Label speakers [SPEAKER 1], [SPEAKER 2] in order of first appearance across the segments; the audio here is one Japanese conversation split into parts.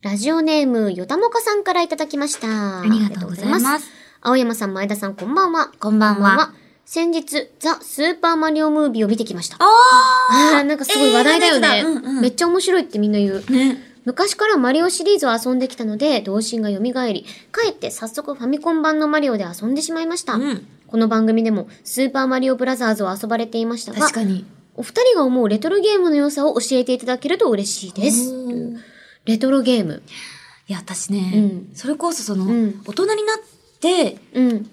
[SPEAKER 1] ラジオネーム、よたもかさんからいただきました。
[SPEAKER 2] ありがとうご
[SPEAKER 1] あり
[SPEAKER 2] ざい
[SPEAKER 1] がとうござい
[SPEAKER 2] ま。
[SPEAKER 1] ます青山さん、前田さん、こんばんは。
[SPEAKER 2] こんばんは。
[SPEAKER 1] 先日、ザ・スーパーマリオムービーを見てきました。あ
[SPEAKER 2] あ
[SPEAKER 1] あー、なんかすごい話題だよね、
[SPEAKER 2] 映画ですかうんうん
[SPEAKER 1] めっちゃ面白いってみんな言う。
[SPEAKER 2] ーね。
[SPEAKER 1] 昔からマリオシリーズを遊んできたので、童心が蘇り、かえって早速ファミコン版のマリオで遊んでしまいました。
[SPEAKER 2] うん
[SPEAKER 1] この番組でも、スーパーマリオブラザーズを遊ばれていましたが
[SPEAKER 2] 確、かに。
[SPEAKER 1] お二人が思うレトロゲームの良さを教えていただけると嬉しいです。
[SPEAKER 2] おー
[SPEAKER 1] レトロゲーム。
[SPEAKER 2] いや、私ね、
[SPEAKER 1] うん
[SPEAKER 2] それこそその、
[SPEAKER 1] うん
[SPEAKER 2] 大人になって、
[SPEAKER 1] うん。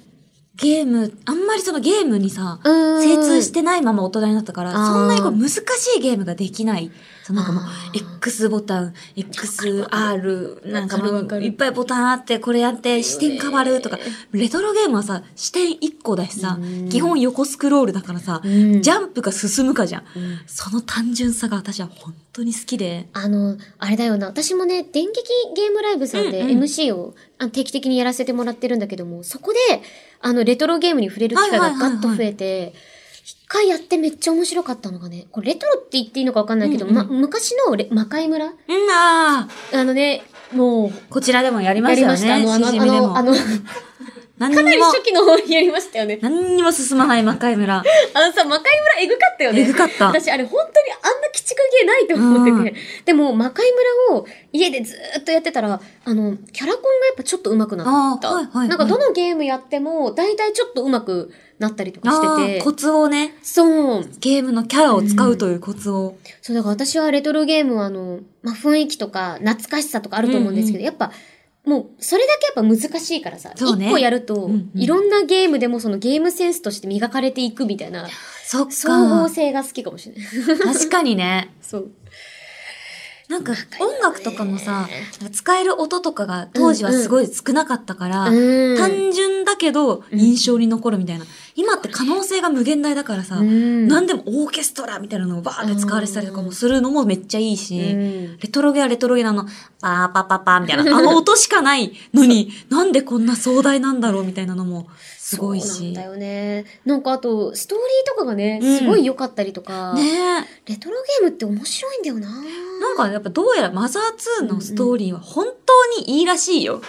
[SPEAKER 2] ゲーム、あんまりそのゲームにさ、
[SPEAKER 1] うん
[SPEAKER 2] 精通してないまま大人になったから、
[SPEAKER 1] あー
[SPEAKER 2] そんなにこう難しいゲームができない。そのなんかもう
[SPEAKER 1] あ、
[SPEAKER 2] X ボタン、XR、なんかも
[SPEAKER 1] わかるわか
[SPEAKER 2] う、
[SPEAKER 1] る
[SPEAKER 2] いっぱいボタンあって、これやって、視点変わるとか、レトロゲームはさ、視点1個だしさ
[SPEAKER 1] うん、
[SPEAKER 2] 基本横スクロールだからさ、
[SPEAKER 1] うん
[SPEAKER 2] ジャンプか進むかじゃん
[SPEAKER 1] ん。
[SPEAKER 2] その単純さが私は本当に好きで、
[SPEAKER 1] あの、あれだよな。私もね、電撃ゲームライブさんで
[SPEAKER 2] うんうん
[SPEAKER 1] MC を、あ定期的にやらせてもらってるんだけども、そこで、あの、レトロゲームに触れる機会
[SPEAKER 2] はい
[SPEAKER 1] が
[SPEAKER 2] はいはい
[SPEAKER 1] ガ
[SPEAKER 2] はい
[SPEAKER 1] ッと増えて、一回やってめっちゃ面白かったのがね、これレトロって言っていいのかわかんないけど、
[SPEAKER 2] うんうん
[SPEAKER 1] ま、昔のレ魔界村
[SPEAKER 2] うん、あー
[SPEAKER 1] あのね、もう、
[SPEAKER 2] こちらでもやりま
[SPEAKER 1] や
[SPEAKER 2] し
[SPEAKER 1] り
[SPEAKER 2] たよ
[SPEAKER 1] ました。あ
[SPEAKER 2] ね。
[SPEAKER 1] の、あの、
[SPEAKER 2] しじ
[SPEAKER 1] あ
[SPEAKER 2] みで
[SPEAKER 1] の、あ
[SPEAKER 2] も。
[SPEAKER 1] の、
[SPEAKER 2] 何
[SPEAKER 1] かな
[SPEAKER 2] に
[SPEAKER 1] り
[SPEAKER 2] も、
[SPEAKER 1] 初期の方にやりましたよね。
[SPEAKER 2] 何にも進まない魔界村。
[SPEAKER 1] あのさ、魔界村えぐかったよね。
[SPEAKER 2] えぐかった
[SPEAKER 1] 私、あれ本当にあんな鬼畜芸ないと思ってて。でも、魔界村を家でずーっとやってたら、あの、キャラコンがやっぱちょっと上手くなった。
[SPEAKER 2] あーはいはいはい
[SPEAKER 1] なんかどのゲームやっても、だいたいちょっと上手くなったりとか
[SPEAKER 2] あ
[SPEAKER 1] し
[SPEAKER 2] あ
[SPEAKER 1] てて
[SPEAKER 2] ー。コツをね、
[SPEAKER 1] そう。
[SPEAKER 2] ゲームのキャラを使うというコツを。
[SPEAKER 1] そう、だから私はレトロゲームは、あの、まあ、雰囲気とか懐かしさとかあると思うんですけど、
[SPEAKER 2] うんうん
[SPEAKER 1] やっぱ、もう、それだけやっぱ難しいからさ、
[SPEAKER 2] そ
[SPEAKER 1] 一、
[SPEAKER 2] うね
[SPEAKER 1] 個やると、
[SPEAKER 2] うんうん
[SPEAKER 1] いろんなゲームでもそのゲームセンスとして磨かれていくみたいな、
[SPEAKER 2] そっ
[SPEAKER 1] 総合
[SPEAKER 2] か。
[SPEAKER 1] 性が好きかもしれない。
[SPEAKER 2] 確かにね。
[SPEAKER 1] そう。
[SPEAKER 2] なんか音楽とかもさ、なんか使える音とかが当時はすごい少なかったから、
[SPEAKER 1] うん
[SPEAKER 2] 単純だけど印象に残るみたいな。今って可能性が無限大だからさ、
[SPEAKER 1] うん
[SPEAKER 2] 何でもオーケストラみたいなのをバーって使われてたりとかもするのもめっちゃいいし、
[SPEAKER 1] うん
[SPEAKER 2] レトロゲはレトロゲなの、パーパパパーみたいな、あの音し かないのに、なんでこんな壮大なんだろうみたいなのもすごい
[SPEAKER 1] そうな
[SPEAKER 2] し。
[SPEAKER 1] んだ
[SPEAKER 2] ね
[SPEAKER 1] よね。なんかあと、ストーリーとかがね、
[SPEAKER 2] うん
[SPEAKER 1] すごい良かったりとか、
[SPEAKER 2] え。
[SPEAKER 1] レトロゲームって面白いんだよな。
[SPEAKER 2] なんかやっぱどうやらマザー2のストーリーは本当にいいらしいよ。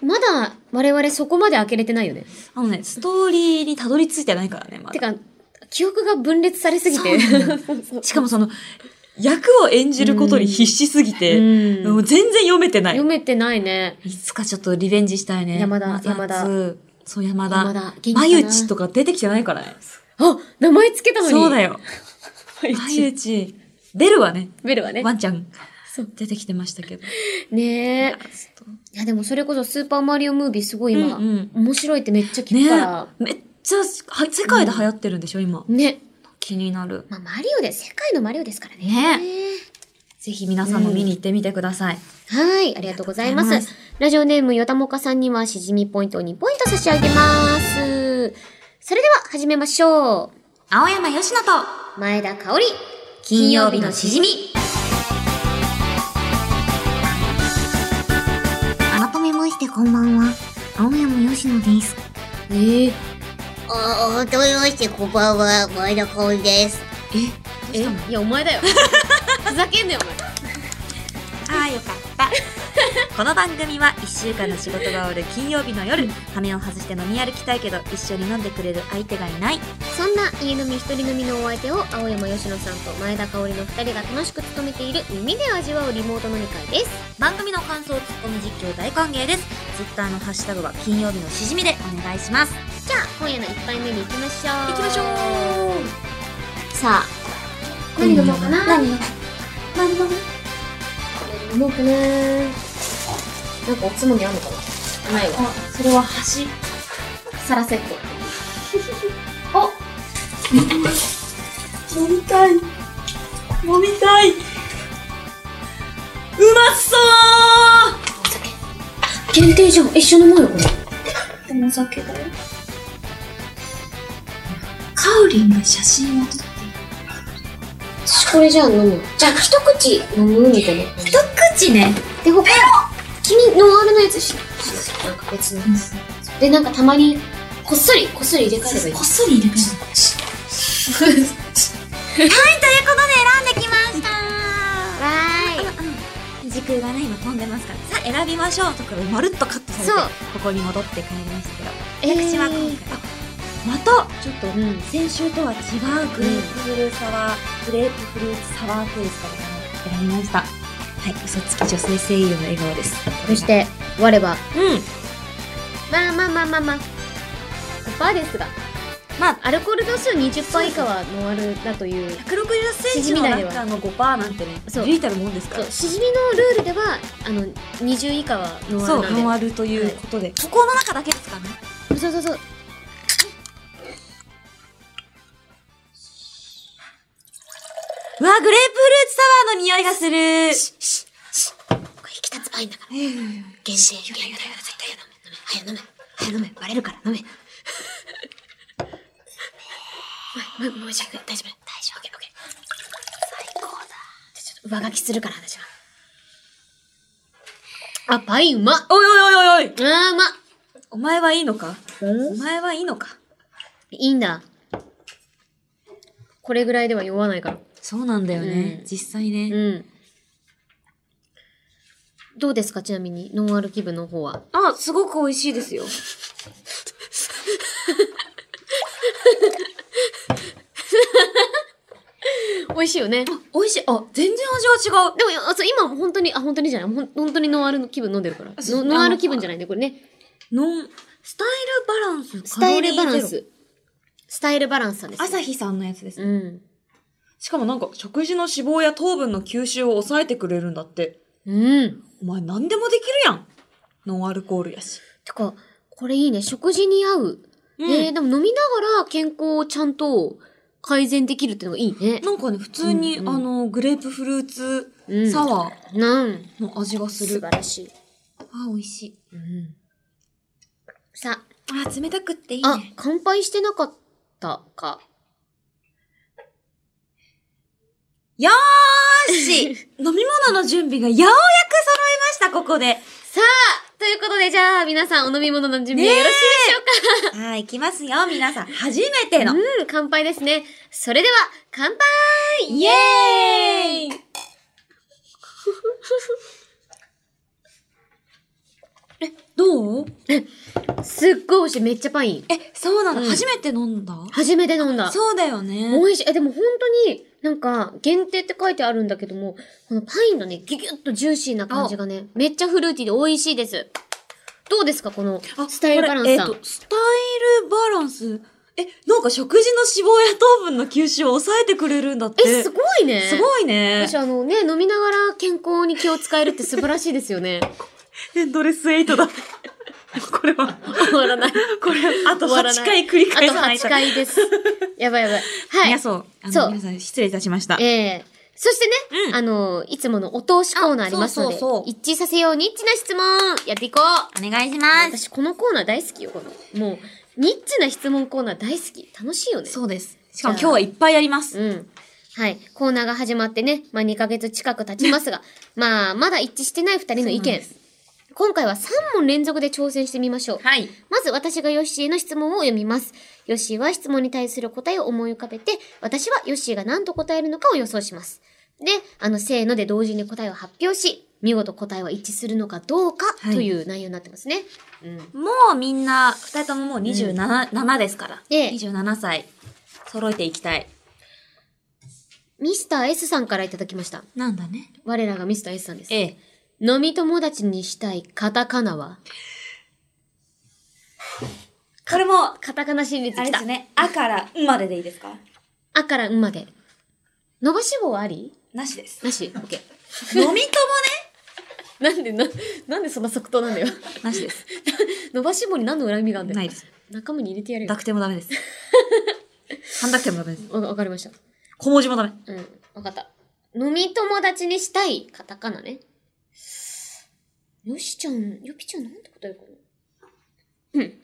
[SPEAKER 1] まだ我々そこまで開けれてないよね。
[SPEAKER 2] あのね、ストーリーにたどり着いてないからね、ま
[SPEAKER 1] て
[SPEAKER 2] だ。
[SPEAKER 1] か、記憶が分裂されすぎて。
[SPEAKER 2] そ うな
[SPEAKER 1] そう
[SPEAKER 2] しかもその、役を演じることに必死すぎて、
[SPEAKER 1] うん
[SPEAKER 2] もう全然読めてない
[SPEAKER 1] 読。めてないね。
[SPEAKER 2] いつかちょっとリベンジしたいね。
[SPEAKER 1] 山田
[SPEAKER 2] マザー
[SPEAKER 1] 山田
[SPEAKER 2] 2そう、山
[SPEAKER 1] 山田
[SPEAKER 2] 田
[SPEAKER 1] 元気。かな
[SPEAKER 2] まゆちとか出てきてないからね。
[SPEAKER 1] あ、名前つけたのに。
[SPEAKER 2] そうだ
[SPEAKER 1] よ。
[SPEAKER 2] よ。まゆち。出るわね。
[SPEAKER 1] ベルはね
[SPEAKER 2] ワ。ンちゃん
[SPEAKER 1] そう
[SPEAKER 2] 出てきてましたけど。
[SPEAKER 1] ね
[SPEAKER 2] い
[SPEAKER 1] え
[SPEAKER 2] や。ちょっ
[SPEAKER 1] いやでもそれこそスーパーマリオムービーすごい今、
[SPEAKER 2] うん
[SPEAKER 1] 面白いってめっちゃ
[SPEAKER 2] と
[SPEAKER 1] 聞くから
[SPEAKER 2] ね。めっちゃ、は世界で流行ってるんでしょ、今。
[SPEAKER 1] ね。
[SPEAKER 2] 気になる。
[SPEAKER 1] まあマリオで、世界のマリオですからね。
[SPEAKER 2] ね
[SPEAKER 1] ねえ
[SPEAKER 2] ぜひ皆さんも見に行ってみてください。
[SPEAKER 1] はい、ありがとうございま。
[SPEAKER 2] ありがとうございます
[SPEAKER 1] ラジオネームよたもかさんにはしじみポイントを2ポイント差し上げます。それでは始めましょう。
[SPEAKER 2] 青山よしのと、
[SPEAKER 1] 前田香織、
[SPEAKER 2] 金曜日のしじみ。
[SPEAKER 3] 改めましてこんばんは。青山よしのです。
[SPEAKER 1] ええ
[SPEAKER 3] あ、改めましてこんばんは。前田香織です。
[SPEAKER 2] えどうしたの
[SPEAKER 1] いや、お前だよ。ふざけんなよ、
[SPEAKER 2] ああ、よかった。 この番組は1週間の仕事が終わる金曜日の夜、羽目を外して飲み歩きたいけど、一緒に飲んでくれる相手がいない。
[SPEAKER 1] お前。そんな家飲み一人飲みのお相手を、青山吉野さんと前田香織の二人が楽しく務めている耳で味わうリモート飲み会です。
[SPEAKER 2] 番組の感想、ツッコミ実況大歓迎です。ツイッターのハッシュタグは金曜日のしじみでお願いします。
[SPEAKER 1] じゃあ、今夜の一杯目に行きましょう。
[SPEAKER 2] 行きましょう
[SPEAKER 1] さあ、何飲もうかな
[SPEAKER 2] 何飲む
[SPEAKER 1] 飲もうかななんかおつまみあるのかなないわ。
[SPEAKER 2] あ、それは橋。
[SPEAKER 1] サラセット。
[SPEAKER 2] 飲みたい飲みたいうまそう
[SPEAKER 1] 限定じゃん。一緒に飲もうよ、これ。
[SPEAKER 2] でもお酒だよカウリンが写真を撮って
[SPEAKER 1] これじゃあ飲む。じゃあ、一口飲むみたいな。
[SPEAKER 2] 一口ね
[SPEAKER 1] で、他、君、ノンアルのやつし、なんか別のやつ。で、なんかたまに、こっそり、こっそり入れ替えればいい
[SPEAKER 2] こっ。そり入れ替える
[SPEAKER 3] はい、ということで選んできました。
[SPEAKER 1] わーい。時
[SPEAKER 2] 時空がね、今飛んでますから、さあ選びましょうところまるっとカットされて
[SPEAKER 1] そう、
[SPEAKER 2] ここに戻って帰りましたけど、
[SPEAKER 1] 私
[SPEAKER 2] 私は
[SPEAKER 1] は
[SPEAKER 2] 今
[SPEAKER 1] 今
[SPEAKER 2] 回、あまたちょっと
[SPEAKER 1] 回、うん。
[SPEAKER 2] 先週とは違うグレープフルーツサワー、グレープフルーツサワーテイストを選びました。はい、嘘つき女性声優の笑顔です。
[SPEAKER 1] そし、て、我は、
[SPEAKER 2] うん、
[SPEAKER 1] まあまあまあまあまあ、5%ですが、
[SPEAKER 2] まあ、
[SPEAKER 1] アルコール度数20%以下はノンアルだという。
[SPEAKER 2] 160センチの中の5%なんてね、
[SPEAKER 1] そう
[SPEAKER 2] 唯たるもんですか
[SPEAKER 1] そ
[SPEAKER 2] ら
[SPEAKER 1] う、。しじみのルールでは、あの、20以下はノ
[SPEAKER 2] そう、
[SPEAKER 1] ンアル
[SPEAKER 2] ノン
[SPEAKER 1] なん
[SPEAKER 2] アルということで、ここの中だけですかね。
[SPEAKER 1] で。そうそうそう。
[SPEAKER 2] うわ、グレープフルーツサワーの匂いがする。
[SPEAKER 1] これ、引き立つパインだから。
[SPEAKER 2] 限定、限定、限定、絶対飲め、飲め、早飲め、早飲め、バレるから飲め。
[SPEAKER 1] もう、もうじゃ大丈夫。大丈夫。オッケーオッケー。最高だ。じゃあちょっと上書きするから、私は。あ、パインうまっあ
[SPEAKER 2] おいおいおいおいおい
[SPEAKER 1] ー、うまっ
[SPEAKER 2] お前はいいのかお前はいいのか
[SPEAKER 1] いいんだ。これぐらいでは酔わないから。
[SPEAKER 2] そうなんだよね。
[SPEAKER 1] うん
[SPEAKER 2] 実際
[SPEAKER 1] う
[SPEAKER 2] ね。
[SPEAKER 1] ん。どうですかちなみに、ノンアル気分の方は。
[SPEAKER 2] あ、すごく美味しいですよ。
[SPEAKER 1] 美味しいよね。でも、
[SPEAKER 2] 美味しい。あ、全然味が違う。
[SPEAKER 1] あそう今本当に、あ、本当にじゃない。ほん本当にノンアルの気分飲んでるから。
[SPEAKER 2] そう
[SPEAKER 1] ノノンアル気分じゃないね、これね。
[SPEAKER 2] ノン、スタイルバランス、
[SPEAKER 1] スタイル
[SPEAKER 2] カ
[SPEAKER 1] バ
[SPEAKER 2] ロ
[SPEAKER 1] ラ
[SPEAKER 2] リー
[SPEAKER 1] ン
[SPEAKER 2] ゼロ。
[SPEAKER 1] ス。スタイルバランスさんです、
[SPEAKER 2] 朝日さんのやつですね。
[SPEAKER 1] うん。
[SPEAKER 2] しかもなんか、食事の脂肪や糖分の吸収を抑えてくれるんだって。
[SPEAKER 1] うん。
[SPEAKER 2] お前何でもできるやん。ノンアルコールやし。
[SPEAKER 1] てか、これいいね。食事に合う。
[SPEAKER 2] うん
[SPEAKER 1] えー、でも飲みながら健康をちゃんと改善できるっていうのがいいね。
[SPEAKER 2] なんかね、普通に、
[SPEAKER 1] うんうん
[SPEAKER 2] あの、グレープフルーツ
[SPEAKER 1] うん
[SPEAKER 2] サワー
[SPEAKER 1] なん。
[SPEAKER 2] の味がす
[SPEAKER 1] 素晴
[SPEAKER 2] る。
[SPEAKER 1] らしい。
[SPEAKER 2] あ、美味しい。
[SPEAKER 1] うん。さあ、
[SPEAKER 2] あ、冷たくっていい
[SPEAKER 1] あ
[SPEAKER 2] ね。、
[SPEAKER 1] 乾杯してなかったか。
[SPEAKER 2] よー し飲み物の準備がようやく揃いました、ここで。
[SPEAKER 1] さあ、ということで、じゃあ、皆さんお飲み物の準備よろしい
[SPEAKER 2] はい、いきますよ、皆さん。初めての。
[SPEAKER 1] うん、乾杯ですね。それでは、乾杯
[SPEAKER 2] イエーイえ、どう
[SPEAKER 1] すっごい美味しい。めっちゃパイン。
[SPEAKER 2] え、そうなんだ。
[SPEAKER 1] うん
[SPEAKER 2] 初めて飲んだ
[SPEAKER 1] 初めて飲んだ。
[SPEAKER 2] そうだよね。
[SPEAKER 1] 美味しい。え、でも本当に、なんか、限定って書いてあるんだけども、このパインのね、ギュギュッとジューシーな感じがね、めっちゃフルーティーで美味しいです。どうですかこの、
[SPEAKER 2] あ
[SPEAKER 1] スタイルバランスさん
[SPEAKER 2] これえっと、スタイルバランス。え、なんか食事の脂肪や糖分の吸収を抑えてくれるんだって。
[SPEAKER 1] え、すごいね。
[SPEAKER 2] すごいね。
[SPEAKER 1] 私あのね、飲みながら健康に気を使えるって素晴らしいですよ ね。
[SPEAKER 2] エンドレスエイトだ。 これは、
[SPEAKER 1] 終わらない。
[SPEAKER 2] これ、あと
[SPEAKER 1] 終わら
[SPEAKER 2] 8
[SPEAKER 1] な
[SPEAKER 2] 回繰り
[SPEAKER 1] あ
[SPEAKER 2] 返
[SPEAKER 1] と
[SPEAKER 2] さない
[SPEAKER 1] 8回 です。やばいやばい。
[SPEAKER 2] い
[SPEAKER 1] は
[SPEAKER 2] や、
[SPEAKER 1] い。
[SPEAKER 2] そう。あの
[SPEAKER 1] そう
[SPEAKER 2] 皆さん、失礼いたしました。
[SPEAKER 1] ええそしてね、
[SPEAKER 2] うん
[SPEAKER 1] あの、いつものお通しコーナーありますので、
[SPEAKER 2] あそうそうそう
[SPEAKER 1] 一致させようニッチな質問やっていこう
[SPEAKER 2] お願いしま。
[SPEAKER 1] 私このコーナー大好きよ、この。もう、ニッチな質問コーナー大好き。楽しいよね。
[SPEAKER 2] そうです。しかも今日はいっぱいやります。
[SPEAKER 1] うん。はい。コーナーが始まってね、まあ2ヶ月近く経ちます が、まあ、まだ一致してない二人の意
[SPEAKER 2] そうなん
[SPEAKER 1] 見
[SPEAKER 2] で。
[SPEAKER 1] 今回は3問連続で挑戦してみましょう。
[SPEAKER 2] はい。
[SPEAKER 1] まず私がヨッシーへの質問を読みます。ヨッシーは質問に対する答えを思い浮かべて、私はヨッシーが何と答えるのかを予想します。で、あの、せーので同時に答えを発表し、見事答えは一致するのかどうか
[SPEAKER 2] はい
[SPEAKER 1] という内容になってますね。うん。
[SPEAKER 2] もうみんな、二人とももう27、7ですから。
[SPEAKER 1] ええ
[SPEAKER 2] 27歳。揃えていきたい。
[SPEAKER 1] ミスター S さんからいただきました。
[SPEAKER 2] なんだね。
[SPEAKER 1] 我らがミスター S さんです。
[SPEAKER 2] ええ。
[SPEAKER 1] 飲み友達にしたいカタカナは
[SPEAKER 2] これも、
[SPEAKER 1] カタカナ心理
[SPEAKER 2] あ
[SPEAKER 1] でき
[SPEAKER 2] れで
[SPEAKER 1] た
[SPEAKER 2] す。ね。あから、んまででいいですか
[SPEAKER 1] あからんまで。伸ばし棒あり
[SPEAKER 2] なしです。
[SPEAKER 1] なしオッケー。
[SPEAKER 2] 飲みともね。
[SPEAKER 1] なんでな、なんでそんな即答なんだよ。
[SPEAKER 2] なしです。
[SPEAKER 1] 伸ばし棒に何の恨みがあんだよ。
[SPEAKER 2] ないです。
[SPEAKER 1] 仲間に入れてやるよ。
[SPEAKER 2] 濁点もダメ です。半濁点もダメです。
[SPEAKER 1] わわかりました。
[SPEAKER 2] 小文字もダメ。
[SPEAKER 1] うん。わかった。飲み友達にしたいカタカナね。よしちゃん、よぴちゃんなんて答えるかなうん。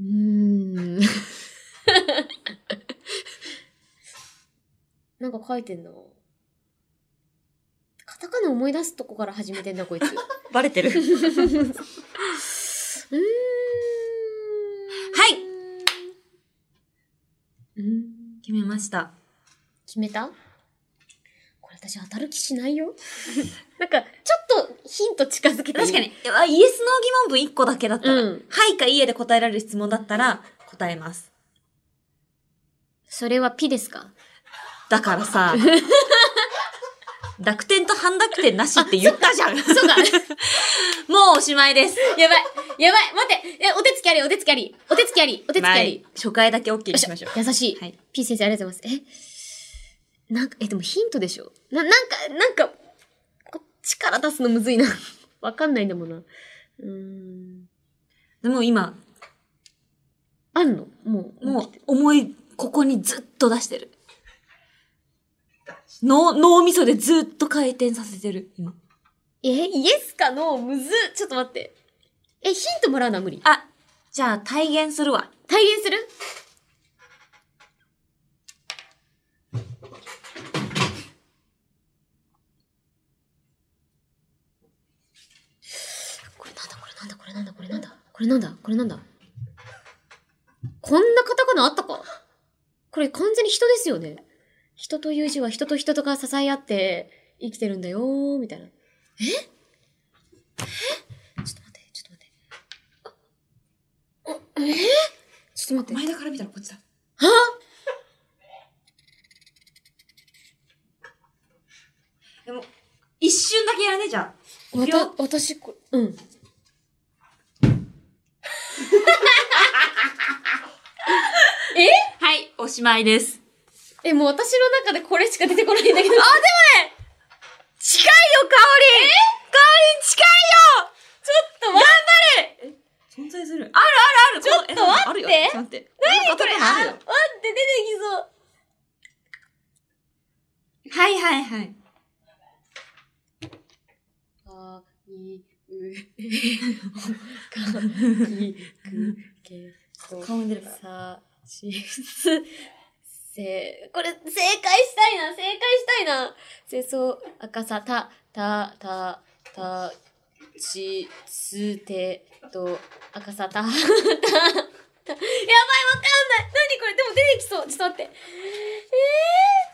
[SPEAKER 1] うーん。なんか書いてんな。カ タカナ思い出すとこから始めてんな、こいつ。
[SPEAKER 2] バレてる。
[SPEAKER 1] うーん。
[SPEAKER 2] 決めました。
[SPEAKER 1] 決めたこれ私当たる気しない よ。なんか、ちょっとヒント近づけていい
[SPEAKER 2] 確か。に、うわイエスの疑問文1個だけだったら、
[SPEAKER 1] うん
[SPEAKER 2] はいかいいえで答えられる質問だったら答えます。
[SPEAKER 1] それはピですか
[SPEAKER 2] だから さ、濁点と半濁点なしって言ったじゃん。
[SPEAKER 1] そう か。
[SPEAKER 2] もうおしまいです。
[SPEAKER 1] やばい。やばい。待って。え、お手つきあり、お手つきあり。お手つきあり、お手つきあ
[SPEAKER 2] は
[SPEAKER 1] り
[SPEAKER 2] い。初回だけ OK にしましょう。
[SPEAKER 1] 優しい。
[SPEAKER 2] はい
[SPEAKER 1] P 先生ありがとうございます。えなんか、え、でもヒントでしょな、なんか、なんか、こ力出すのむずいな。わかんないんだもんな。うーん。
[SPEAKER 2] でも今、
[SPEAKER 1] あんのもう。
[SPEAKER 2] もう思い、ここにずっと出してる。脳、脳みそでずっと回転させてる、今。
[SPEAKER 1] え、イエスかノーむずっ。ちょっと待って。え、ヒントもらうのは無理。
[SPEAKER 2] あ、じゃあ体現するわ。
[SPEAKER 1] 体現するこれなんだこれなんだこれなんだこれなんだこれなんだこれなんだこんなカタカナあったかこれ完全に人ですよね。人という字は人と人とが支え合って生きてるんだよー、みたいな。ええちょっと待って、ちょっと待って。ちょっと待って。
[SPEAKER 2] 前田から見たらこっちだ。でも、一瞬だけやらねえじゃん。
[SPEAKER 1] わ
[SPEAKER 2] いく
[SPEAKER 1] た
[SPEAKER 2] よ、
[SPEAKER 1] 私、これ、 うん。
[SPEAKER 2] はい、おしまいです。
[SPEAKER 1] え、もう私の中でこれしか出てこないんだけど。あ、でもね
[SPEAKER 2] 近いよ、かおりんえかおりん近いよ
[SPEAKER 1] ちょっと待って
[SPEAKER 2] 存在する。あるあるあるちょ
[SPEAKER 1] っと待って
[SPEAKER 2] あるよ。ちょっと待って。何
[SPEAKER 1] これ、あ、待って、出てきそう。
[SPEAKER 2] はいはいはい。
[SPEAKER 1] か、い、う、か、い、く、け、そ、
[SPEAKER 2] 顔に出るから。
[SPEAKER 1] さ、し、す、せ、これ、正解したいな、正解したいな。せ、そう、赤さ、た、た、た、た、ち、す、て、と、赤さ、た、た、た、やばい、わかん ない。何これ、でも出てきそう。ちょっと待って。えー、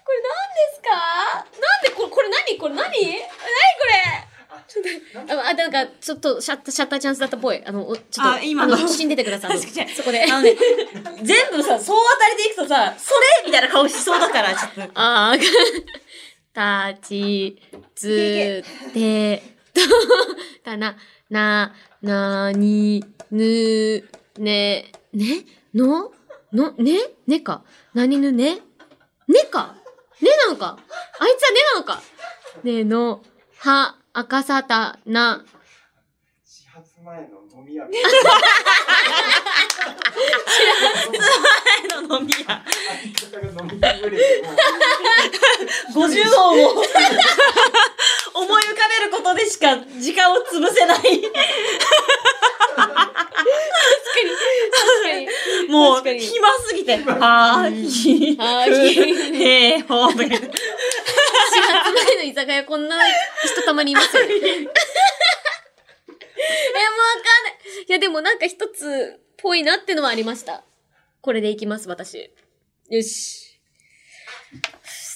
[SPEAKER 1] これ何ですかなんでこれ、これ何これ何何これあの、あ、なんか、ちょっと、シャッター、シャッターチャンスだったっぽい。あの、おちょっと、
[SPEAKER 2] あ今の
[SPEAKER 1] あ一瞬出てください。あの
[SPEAKER 2] 確かに
[SPEAKER 1] そこで。
[SPEAKER 2] あのね、全部さ、総当たりでいくとさ、それ みたいな顔しそうだから、ちょっと。
[SPEAKER 1] ああ、たち、つ、て、と、たな、な、なに、ぬ、ね、ね、の、の、ね、ねか。なにぬね。ねか。ねなんか。あいつはねなんか。ねの、は、赤さた、な。
[SPEAKER 4] 始発前の飲み屋。
[SPEAKER 2] 前の飲み屋。
[SPEAKER 4] 飲み屋ぶりでもう
[SPEAKER 2] 50音を思い浮かべることでしか時間を潰せない。
[SPEAKER 1] 確かに。
[SPEAKER 2] もう、
[SPEAKER 1] 確かに
[SPEAKER 2] 暇すぎて。はーひ
[SPEAKER 1] はー
[SPEAKER 2] ーへーほーとか言って
[SPEAKER 1] 始発前の居酒屋こんな人たまにいますよね。え、もうわかんない。いや、でもなんか一つっぽいなってのはありました。これでいきます、私。よし。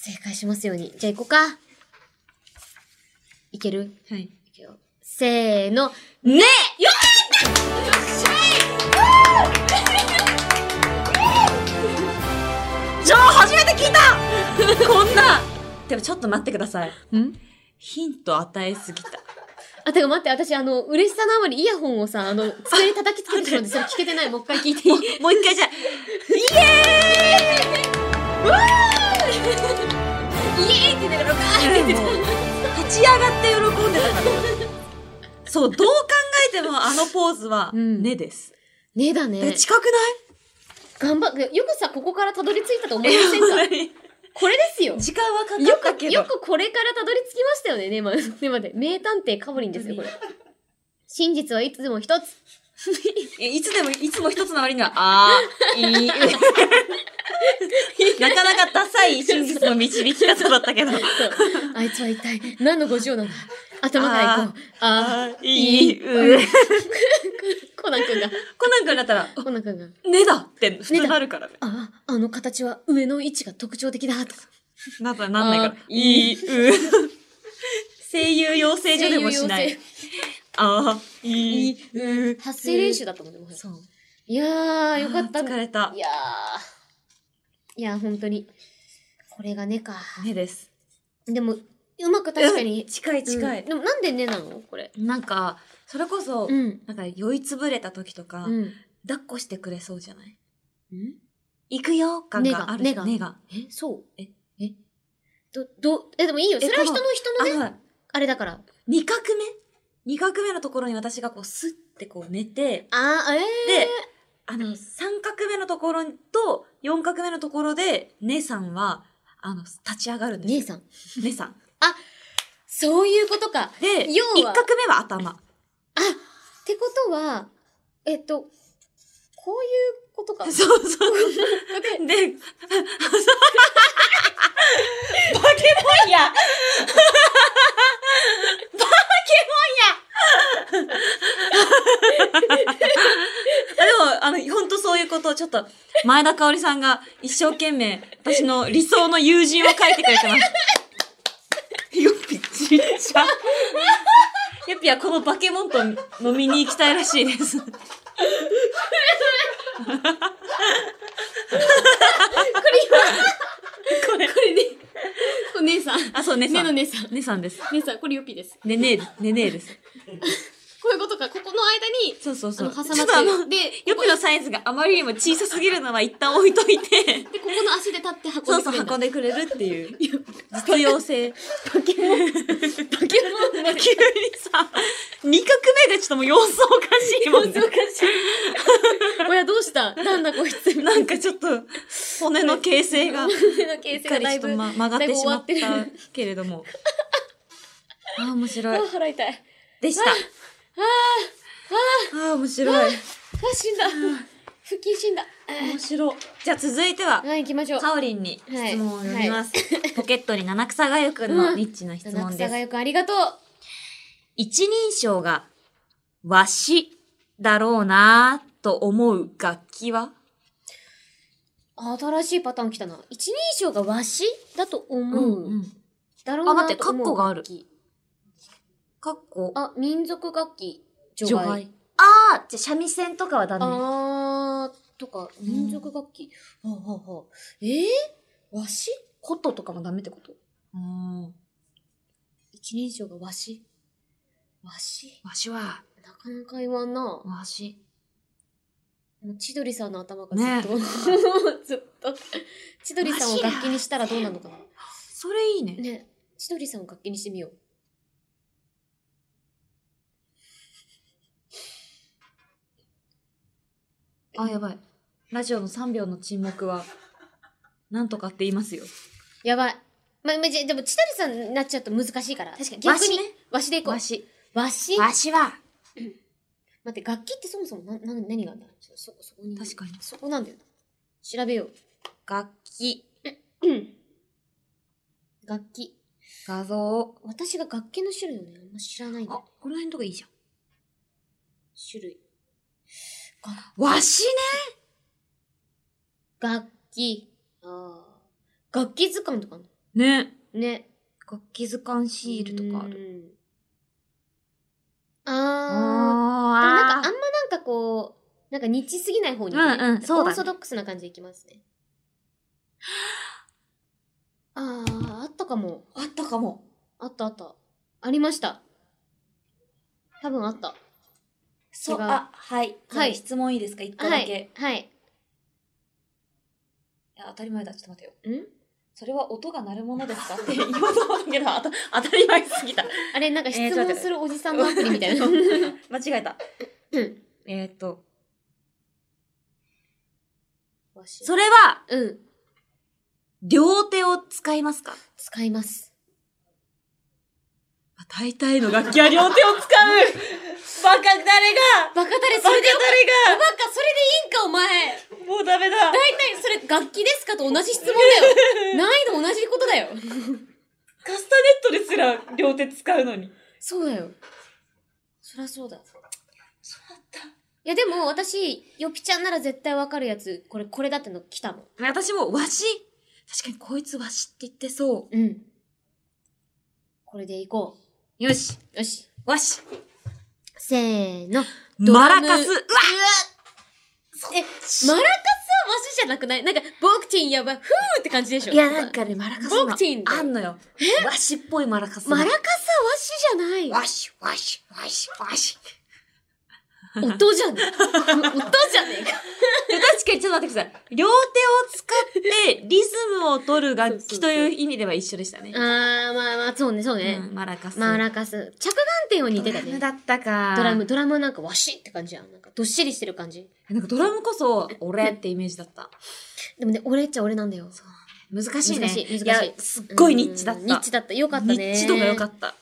[SPEAKER 1] 正解しますように。じゃあ行こうか。いける
[SPEAKER 2] はい。
[SPEAKER 1] いくよせーの。
[SPEAKER 2] ね
[SPEAKER 1] よーっよっし
[SPEAKER 2] じゃあ初めて聞い たこんなでもちょっと待ってください。
[SPEAKER 1] ゃいん
[SPEAKER 2] ヒント与えすぎた。
[SPEAKER 1] あ、てか待って、私あの、嬉しさのあまりイヤホンをさ、あの、机に叩きつけてし まうんで、それ聞けてない。もう一回聞いていい
[SPEAKER 2] もう一回じゃあ、
[SPEAKER 1] イエーイって出るのか
[SPEAKER 2] もう 立ち上がって喜んでたから。そう、どう考えてもあのポーズは、
[SPEAKER 1] うん
[SPEAKER 2] ねです。
[SPEAKER 1] ねだ
[SPEAKER 2] え、
[SPEAKER 1] ね。
[SPEAKER 2] 近く
[SPEAKER 1] 頑張っよくさ、ここからたどり着いたと思いませんか
[SPEAKER 2] ない
[SPEAKER 1] これですよ。
[SPEAKER 2] 時間はか
[SPEAKER 1] よ
[SPEAKER 2] かった
[SPEAKER 1] く、
[SPEAKER 2] けど。
[SPEAKER 1] よくこれからたどり着きましたよね、ねま、ねまで。名探偵かぼりんですよ、これ。真実はいつでも一つ。
[SPEAKER 2] えいつでも、いつも一つの割には、あー、 いい。なかなかダサい真実の導き方だったけど。
[SPEAKER 1] そうあいつは一体何のご字をなんだ頭からいこう。あ
[SPEAKER 2] あー、いい、うー。
[SPEAKER 1] こ コナン君が。
[SPEAKER 2] コナン君だったら、
[SPEAKER 1] コナン君が。
[SPEAKER 2] ねだって普通なるからね。
[SPEAKER 1] あ、あの形は上の位置が特徴的だとか。
[SPEAKER 2] なったらなんないから
[SPEAKER 1] あ。
[SPEAKER 2] い い、う。声優養成所でもしない。ああ、いい、う。
[SPEAKER 1] 発声練習だったもんね、もはや
[SPEAKER 2] そう。
[SPEAKER 1] いやー、よかった。
[SPEAKER 2] あー疲れた
[SPEAKER 1] い。やー。いやー、本当に。これがねか。
[SPEAKER 2] ねです。
[SPEAKER 1] でも、うまく確かに。
[SPEAKER 2] 近い近
[SPEAKER 1] うん
[SPEAKER 2] い。
[SPEAKER 1] でも、なんでねなのこれ。
[SPEAKER 2] なんか、それこそ、
[SPEAKER 1] うん。
[SPEAKER 2] なんか酔いつぶれた時とか、
[SPEAKER 1] うん。
[SPEAKER 2] 抱っこしてくれそうじゃない
[SPEAKER 1] ん
[SPEAKER 2] 行くよ感がある。
[SPEAKER 1] 根が根
[SPEAKER 2] 根が。
[SPEAKER 1] え、そう
[SPEAKER 2] え
[SPEAKER 1] えど、ど、え、でもいいよ。そ
[SPEAKER 2] え
[SPEAKER 1] れは人の
[SPEAKER 2] こ
[SPEAKER 1] 人のね、
[SPEAKER 2] あ、はい。
[SPEAKER 1] あれだから。
[SPEAKER 2] 二画目二画目のところに私がこう、スッてこう寝て、
[SPEAKER 1] あー、え
[SPEAKER 2] で、あの、三画目のところと、四画目のところで、姉さんは、あの、立ち上がるん
[SPEAKER 1] ー。姉
[SPEAKER 2] です
[SPEAKER 1] さん。
[SPEAKER 2] よ。姉さん。
[SPEAKER 1] そういうことか。っ
[SPEAKER 2] で、一
[SPEAKER 1] 要は
[SPEAKER 2] 画目は 頭。
[SPEAKER 1] てことは、えっと、こういうことか。
[SPEAKER 2] そう そう。で、バケモンやあでも、あの、ほんとそういうことをちょっと、前田香織さんが一生懸命、私の理想の友人を書いてくれてます。よっぴちっちゃ。よっぴはこのバケモンと飲みに行きたいらしいです。
[SPEAKER 1] これ、これね。これ姉さん。
[SPEAKER 2] あ、そう、ねさ
[SPEAKER 1] ねの
[SPEAKER 2] ん。
[SPEAKER 1] 姉さん。
[SPEAKER 2] ねさんです。
[SPEAKER 1] 姉さん、これよぴです。
[SPEAKER 2] ねねえ、ねねえです。
[SPEAKER 1] こういうことか。ここの間に、
[SPEAKER 2] そうそう
[SPEAKER 1] あ
[SPEAKER 2] そう。
[SPEAKER 1] の、
[SPEAKER 2] ちょっ
[SPEAKER 1] 挟ま
[SPEAKER 2] とあの、
[SPEAKER 1] って、で、
[SPEAKER 2] よくのサイズがあまりにも小さすぎるのは一旦置いと いて、
[SPEAKER 1] で、ここの足で立って運んでく
[SPEAKER 2] そうそう
[SPEAKER 1] れんだ
[SPEAKER 2] 運んでくれるって いう、実用性。
[SPEAKER 1] バケモン。バケモン
[SPEAKER 2] 急にさ、二画目でちょっともう様子おかしいもんね。
[SPEAKER 1] 親どうしたなんだこいつ。
[SPEAKER 2] なんかちょっと、骨の形 成が、う
[SPEAKER 1] 胸の形
[SPEAKER 2] っ
[SPEAKER 1] 成
[SPEAKER 2] か
[SPEAKER 1] が
[SPEAKER 2] り
[SPEAKER 1] だ
[SPEAKER 2] ちょ
[SPEAKER 1] い
[SPEAKER 2] っと、
[SPEAKER 1] ぶ。
[SPEAKER 2] ま、曲がってしまっ
[SPEAKER 1] だいぶ終わった
[SPEAKER 2] けれ ども。あー面
[SPEAKER 1] あ
[SPEAKER 2] 白い。
[SPEAKER 1] ー、払いたい。
[SPEAKER 2] でした。ああ、面白い。
[SPEAKER 1] あ、死んだ。腹筋死んだ。
[SPEAKER 2] 面白い。じゃあ続いては、
[SPEAKER 1] はい、行きましょう。
[SPEAKER 2] かおりんに質問を読みます。 ポケットに七草がゆくん
[SPEAKER 1] う
[SPEAKER 2] の
[SPEAKER 1] ん
[SPEAKER 2] ニッチな質問で
[SPEAKER 1] 七草が
[SPEAKER 2] す。
[SPEAKER 1] よくありがとう。
[SPEAKER 2] 一人称がわしだろうなぁと思う楽器は
[SPEAKER 1] 新しいパターン来たな。一人称がわしだと思う。
[SPEAKER 2] うん。
[SPEAKER 1] だろうな
[SPEAKER 2] あ待って
[SPEAKER 1] と思う
[SPEAKER 2] カッコがある
[SPEAKER 1] 楽器
[SPEAKER 2] かっこ、
[SPEAKER 1] あ、民族楽器。除
[SPEAKER 2] 除
[SPEAKER 1] 外。
[SPEAKER 2] 外。ああ、じゃあ三味線とかはダメ。
[SPEAKER 1] あー、とか、民族楽器。はあ、はあはあ、えー、わし
[SPEAKER 2] 琴とかもダメってことうん。
[SPEAKER 1] 一人称がわしわし
[SPEAKER 2] わしは、
[SPEAKER 1] なかなか言わんな。も
[SPEAKER 2] わし。
[SPEAKER 1] う千鳥さんの頭が
[SPEAKER 2] ね
[SPEAKER 1] ずっ と、ずっと。千鳥さんを楽器にしたらどうなのかな。
[SPEAKER 2] それいいね。
[SPEAKER 1] ね、千鳥さんを楽器にしてみよう。
[SPEAKER 2] あ、やばい。ラジオの3秒の沈黙は、なんとかって言いますよ。
[SPEAKER 1] やばい。まあ、まあじゃでも千鳥さんになっちゃうと難しいから。
[SPEAKER 2] 確かに
[SPEAKER 1] 逆に
[SPEAKER 2] わしね。
[SPEAKER 1] わしでいこう。
[SPEAKER 2] わ
[SPEAKER 1] わし。
[SPEAKER 2] し。わしは、
[SPEAKER 1] 待って、楽器ってそもそもな、な、何があるんだろうそ、そそこに。
[SPEAKER 2] 確かに
[SPEAKER 1] そこなんだよな。調べよ
[SPEAKER 2] 楽器、
[SPEAKER 1] う。うん。楽器。
[SPEAKER 2] 画像。
[SPEAKER 1] 私が楽器の種類をね、あんま知らないんだ
[SPEAKER 2] あ
[SPEAKER 1] よ。、
[SPEAKER 2] この辺とかいいじゃん。
[SPEAKER 1] 種類。
[SPEAKER 2] わしね
[SPEAKER 1] 楽器。ああ。楽器図鑑とかあん
[SPEAKER 2] ね。
[SPEAKER 1] のね。
[SPEAKER 2] 楽器図鑑シールとかある。
[SPEAKER 1] る。ああ。でもなんか、あんま
[SPEAKER 2] あ
[SPEAKER 1] なんかこう、なんか日すぎない方に、
[SPEAKER 2] うんうんそうだね
[SPEAKER 1] オーソドックスな感じでいきますね。ああ、あったかも。
[SPEAKER 2] あったかも。
[SPEAKER 1] あったあった。ありました。多分あった。
[SPEAKER 2] そう、
[SPEAKER 1] 違う
[SPEAKER 2] あ、はい。
[SPEAKER 1] はい
[SPEAKER 2] 質問いいですか一個
[SPEAKER 1] は
[SPEAKER 2] だけ、い
[SPEAKER 1] い。はい。
[SPEAKER 2] や。当たり前だ。ちょっと待てよ。
[SPEAKER 1] ん
[SPEAKER 2] それは音が鳴るものですかって言おうと思ったけど、あた 当たり前すぎた。
[SPEAKER 1] あれ、なんか
[SPEAKER 2] えー
[SPEAKER 1] 質
[SPEAKER 2] ちょっと待
[SPEAKER 1] 問
[SPEAKER 2] って
[SPEAKER 1] するおじさんのアプリみたい な。
[SPEAKER 2] 間違えた。
[SPEAKER 1] うん。
[SPEAKER 2] えー、っと。
[SPEAKER 1] わし
[SPEAKER 2] それは、
[SPEAKER 1] うん。
[SPEAKER 2] 両手を使いますか
[SPEAKER 1] 使います。
[SPEAKER 2] 大体の楽器は両手を使う バカ誰が
[SPEAKER 1] バカタレ、そ
[SPEAKER 2] バカ
[SPEAKER 1] れで、バ
[SPEAKER 2] 誰
[SPEAKER 1] カ、それでいいんか、お前。
[SPEAKER 2] がもうダメだ
[SPEAKER 1] 大体、それ楽器ですかと同じ質問だ よ。難易度同じことだよ。
[SPEAKER 2] カスタネットですら両手使うのに。
[SPEAKER 1] そうだよ。そりゃそうだ。
[SPEAKER 2] そうだった。
[SPEAKER 1] いやでも私、よぴちゃんなら絶対わかるやつ、これ、これだっての来たの。
[SPEAKER 2] 私も、わし確かにこいつわしって言ってそ
[SPEAKER 1] うん。これでいこ
[SPEAKER 2] う。よし
[SPEAKER 1] う。よし。
[SPEAKER 2] わし
[SPEAKER 1] せーの。ド
[SPEAKER 2] マ
[SPEAKER 1] ラ
[SPEAKER 2] ラ
[SPEAKER 1] ム
[SPEAKER 2] カスうわ
[SPEAKER 1] え、マラカスはマシじゃなくないなんか、ボクティンやばい、ふーって感じでしょ
[SPEAKER 2] いや、なんかね、マラカス
[SPEAKER 1] ボクティンだ
[SPEAKER 2] あんのよ。わしっぽいマラカスが。
[SPEAKER 1] マラカスはわしじゃない。
[SPEAKER 2] わし、わし、わし、わし。
[SPEAKER 1] 音じゃねえ。音じゃねえか。
[SPEAKER 2] で確かに、ちょっと待ってください。両手を使って、リズムを取る楽器という意味では一緒でしたね。
[SPEAKER 1] あー、まあまあ、そうね、そうね。
[SPEAKER 2] うんマラカス。
[SPEAKER 1] マラカス。着眼点は似てた
[SPEAKER 2] ドラム
[SPEAKER 1] ね。
[SPEAKER 2] だったか。
[SPEAKER 1] ドラム、。ドラムはなんかわしって感じやん。なんかどっしりしてる感じ。
[SPEAKER 2] なんかドラムこそ、俺ってイメージだった。
[SPEAKER 1] でもね、俺っちゃ俺なんだよ。
[SPEAKER 2] 難しいね。
[SPEAKER 1] 難しい難しい
[SPEAKER 2] や、すっごいニッチだった。
[SPEAKER 1] うんニッチだった。よかったね。
[SPEAKER 2] ニッチ度が良かった。